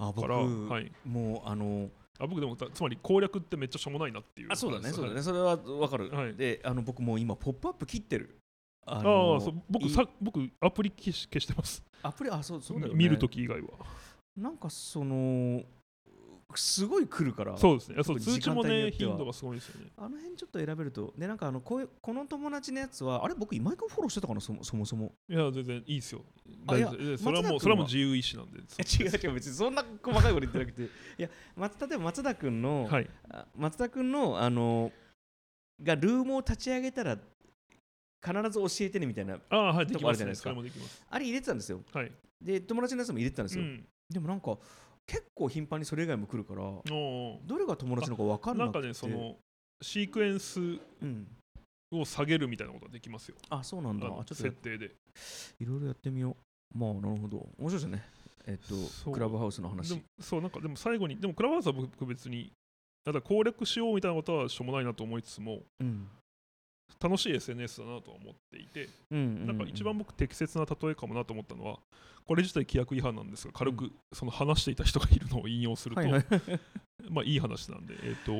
[SPEAKER 1] あ
[SPEAKER 2] か
[SPEAKER 1] 僕、
[SPEAKER 2] ら、はい、
[SPEAKER 1] もうあの
[SPEAKER 2] あ僕でもたつまり攻略ってめっちゃしょうもないなっていう
[SPEAKER 1] あそうだね
[SPEAKER 2] 話
[SPEAKER 1] そうだ
[SPEAKER 2] は
[SPEAKER 1] ねそれはわかる、
[SPEAKER 2] はい
[SPEAKER 1] であの僕もう今「ポップアップ切ってるあ
[SPEAKER 2] い
[SPEAKER 1] の
[SPEAKER 2] ああそう僕
[SPEAKER 1] い
[SPEAKER 2] さ僕アプリ消し消してます、
[SPEAKER 1] アプリあそうそうだよ、ね、
[SPEAKER 2] 見るとき以外は
[SPEAKER 1] なんかそのすごい来るから
[SPEAKER 2] そうですねいやそう
[SPEAKER 1] 特に
[SPEAKER 2] 通知も
[SPEAKER 1] 時間帯によ
[SPEAKER 2] ね
[SPEAKER 1] っては
[SPEAKER 2] 頻度がすごいですよね
[SPEAKER 1] あの辺ちょっと選べるとでなんかあのこういうこの友達のやつはあれ僕今井君フォローしてたかなそもそもそも
[SPEAKER 2] いや全然いいですよ
[SPEAKER 1] あ
[SPEAKER 2] 大丈夫ですいやそれはも
[SPEAKER 1] 松田君は
[SPEAKER 2] うそれはもう自由意志なんで
[SPEAKER 1] 違う違う別にそんな細かいこと言ってなくて いや松例えば松田君の、
[SPEAKER 2] はい
[SPEAKER 1] あ松田君のあのがルームを立ち上げたら必ず教えてねみたいな
[SPEAKER 2] ああはいで
[SPEAKER 1] と
[SPEAKER 2] き
[SPEAKER 1] こあ
[SPEAKER 2] ま
[SPEAKER 1] る
[SPEAKER 2] す
[SPEAKER 1] じゃない
[SPEAKER 2] ね
[SPEAKER 1] ですか
[SPEAKER 2] それもできます
[SPEAKER 1] あれ入れてたんですよ
[SPEAKER 2] はい
[SPEAKER 1] で友達のやつも入れてたんです
[SPEAKER 2] う
[SPEAKER 1] よ、
[SPEAKER 2] ん
[SPEAKER 1] でもなんか結構頻繁にそれ以外も来るから
[SPEAKER 2] おー
[SPEAKER 1] どれが友達のか分かん
[SPEAKER 2] な
[SPEAKER 1] なんくて
[SPEAKER 2] かねそのシークエンス
[SPEAKER 1] うん、
[SPEAKER 2] を下げるみたいなことができますよ
[SPEAKER 1] あそうなんだ
[SPEAKER 2] あの
[SPEAKER 1] あちょっと
[SPEAKER 2] 設
[SPEAKER 1] や
[SPEAKER 2] 定で
[SPEAKER 1] いろいろやってみようまあなるほど面白いですねえっ
[SPEAKER 2] そ
[SPEAKER 1] と
[SPEAKER 2] う
[SPEAKER 1] クラブハウスの
[SPEAKER 2] で
[SPEAKER 1] 話
[SPEAKER 2] もそうなんかでも最後にでもクラブハウスは僕別にただ攻略しようみたいなことはしょうもないなと思いつつも
[SPEAKER 1] うん
[SPEAKER 2] 楽しい SNS だなとは思っていて
[SPEAKER 1] うんうん
[SPEAKER 2] なんか一番僕適切な例えかもなと思ったのはこれ自体規約違反なんですが軽
[SPEAKER 1] う
[SPEAKER 2] くその話していた人がいるのを引用すると、
[SPEAKER 1] はいはい
[SPEAKER 2] まあいい話なんでえっ、と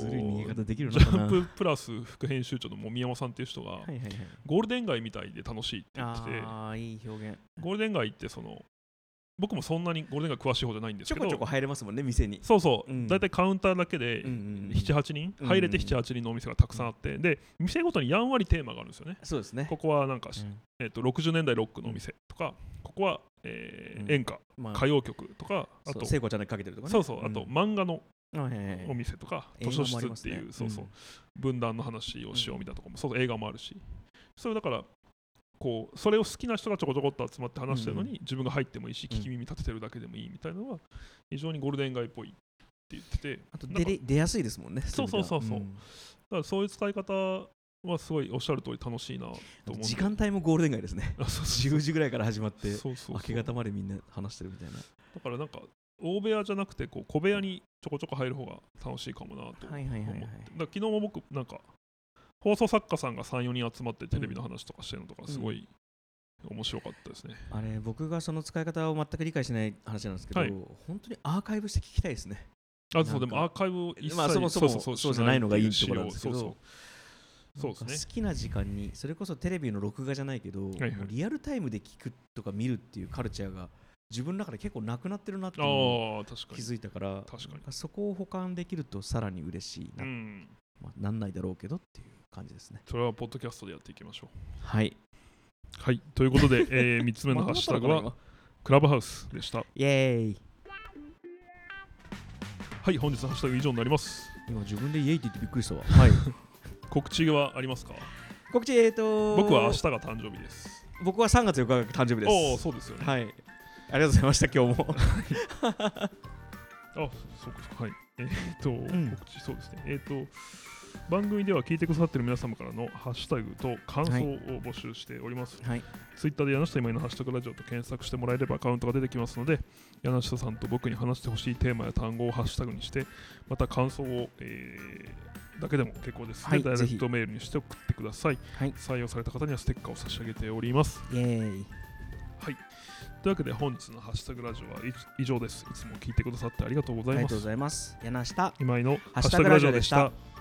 [SPEAKER 1] ずるい逃げ方できる
[SPEAKER 2] ジ
[SPEAKER 1] のかな
[SPEAKER 2] ャンププラス副編集長のもみやまさんっていう人が
[SPEAKER 1] はいはいはい
[SPEAKER 2] ゴールデン街みたいで楽しいって言ってて
[SPEAKER 1] ああいい表現
[SPEAKER 2] ゴールデン街ってその僕もそんなにゴールデン街詳しい方じゃないんで
[SPEAKER 1] ち
[SPEAKER 2] す
[SPEAKER 1] ょ
[SPEAKER 2] け
[SPEAKER 1] こ
[SPEAKER 2] ど
[SPEAKER 1] ちょこ入れますもんね店に
[SPEAKER 2] そうそう、
[SPEAKER 1] うん
[SPEAKER 2] 大体カウンターだけで
[SPEAKER 1] うんうん
[SPEAKER 2] 78人、
[SPEAKER 1] うん
[SPEAKER 2] 入れて78人のお店がたくさんあってで店ごとにやんわりテーマがあるんですよね
[SPEAKER 1] そうですね
[SPEAKER 2] ここはなんか、
[SPEAKER 1] うん
[SPEAKER 2] えっと60年代ロックのお店とかここは、えー
[SPEAKER 1] うん
[SPEAKER 2] 演歌
[SPEAKER 1] まあ
[SPEAKER 2] 歌謡曲とかあ
[SPEAKER 1] そう
[SPEAKER 2] と
[SPEAKER 1] 聖子ちゃんにかけてるとかね
[SPEAKER 2] そうそうあと漫画の
[SPEAKER 1] うんはいはいはい
[SPEAKER 2] お店とか、
[SPEAKER 1] 映
[SPEAKER 2] 図
[SPEAKER 1] 画
[SPEAKER 2] 書
[SPEAKER 1] もあ
[SPEAKER 2] 室
[SPEAKER 1] りま
[SPEAKER 2] っ
[SPEAKER 1] す
[SPEAKER 2] て
[SPEAKER 1] ね
[SPEAKER 2] いう、そうそう、
[SPEAKER 1] ん
[SPEAKER 2] 分断の話をしようみたいなとこも、そうそう映画もあるしそれだからこうそれを好きな人がちょこちょこっと集まって話してるのに、自分が入ってもいいし
[SPEAKER 1] うん
[SPEAKER 2] 聞き耳立ててるだけでもいいみたいなのは非常にゴールデン街っぽいって言ってて
[SPEAKER 1] あと
[SPEAKER 2] なん
[SPEAKER 1] 出
[SPEAKER 2] か
[SPEAKER 1] れ出やすいですもんね
[SPEAKER 2] そうそうそうそう
[SPEAKER 1] れがん
[SPEAKER 2] だからそういう使い方はすごいおっしゃる通り楽しいなと
[SPEAKER 1] あと
[SPEAKER 2] 思う
[SPEAKER 1] 時間帯もゴールデン街ですね
[SPEAKER 2] あそうそう
[SPEAKER 1] 10時ぐらいから始まって
[SPEAKER 2] そうそうそう
[SPEAKER 1] 明け方までみんな話してるみたいな
[SPEAKER 2] だからなんか大部屋じゃなくてこう小部屋にちょこちょこ入る方が楽しいかもなと
[SPEAKER 1] はいはいはいはい
[SPEAKER 2] 思ってだから昨日も僕なんか放送作家さんが34人集まってテレビの話とかしてるのとかすごい面白かったですね、
[SPEAKER 1] あれ僕がその使い方を全く理解しない話なんですけど、
[SPEAKER 2] はい
[SPEAKER 1] 本当にアーカイブして聞きたいですね。
[SPEAKER 2] あそうでも
[SPEAKER 1] なん
[SPEAKER 2] アーカイブを一切、
[SPEAKER 1] まあそもそもそうじゃないのがいいところなんですけど
[SPEAKER 2] そうそうそ
[SPEAKER 1] なん
[SPEAKER 2] うです
[SPEAKER 1] か
[SPEAKER 2] ね
[SPEAKER 1] 好きな時間にそれこそテレビの録画じゃないけど、
[SPEAKER 2] いはい
[SPEAKER 1] もうリアルタイムで聞くとか見るっていうカルチャーが自分の中で結構なくなってるなっていうのを
[SPEAKER 2] ああ確か
[SPEAKER 1] 気
[SPEAKER 2] に
[SPEAKER 1] づいたから
[SPEAKER 2] 確かに
[SPEAKER 1] なんそこを補完できるとさらに嬉しいな、
[SPEAKER 2] うん
[SPEAKER 1] まあ、なんないだろうけどっていう感じですね。
[SPEAKER 2] それはポッドキャストでやっていきましょう
[SPEAKER 1] はい。
[SPEAKER 2] はいということで、え3つ目の
[SPEAKER 1] ま
[SPEAKER 2] ハ
[SPEAKER 1] と
[SPEAKER 2] ッ
[SPEAKER 1] まっ
[SPEAKER 2] シ
[SPEAKER 1] た
[SPEAKER 2] ュ
[SPEAKER 1] のか
[SPEAKER 2] タグ
[SPEAKER 1] な
[SPEAKER 2] は
[SPEAKER 1] 今
[SPEAKER 2] クラブハウスでした
[SPEAKER 1] イエーイ
[SPEAKER 2] はい本日のハッシュタグ以上になります
[SPEAKER 1] 今自分でイエーイって言ってびっくりしたわ。はい、
[SPEAKER 2] 告知はありますか
[SPEAKER 1] 告知、えっ、と
[SPEAKER 2] 僕は明日が誕生日です
[SPEAKER 1] 僕は3月4日が誕生日です。
[SPEAKER 2] おおそうですよね
[SPEAKER 1] はい。ありがとうございました、今日も。
[SPEAKER 2] あそうかそうかはいえーっと、
[SPEAKER 1] ん
[SPEAKER 2] 告知そうですねえーっ、と番組では聞いてくださってる皆様からのハッシュタグと感想を
[SPEAKER 1] はい
[SPEAKER 2] 募集しております、
[SPEAKER 1] はい。
[SPEAKER 2] ツイッターで柳下今井のハッシュタグラジオと検索してもらえればアカウントが出てきますので柳下さんと僕に話してほしいテーマや単語をハッシュタグにしてまた感想を、えーだけでも結構ですね、
[SPEAKER 1] はい
[SPEAKER 2] ダイレ
[SPEAKER 1] ぜ
[SPEAKER 2] クトメールにして送ってください、
[SPEAKER 1] はい
[SPEAKER 2] 採用された方にはステッカーを差し上げております
[SPEAKER 1] イエーイ。
[SPEAKER 2] というわけで本日のハッシュタグラジオはい以上ですいつも聞いてくださってありがとうござ
[SPEAKER 1] あ
[SPEAKER 2] い
[SPEAKER 1] り
[SPEAKER 2] ま
[SPEAKER 1] が
[SPEAKER 2] す
[SPEAKER 1] とうございます。柳下。
[SPEAKER 2] 今井の
[SPEAKER 1] ハッシュタグラジオでした
[SPEAKER 2] ハッシュタグラジオでした。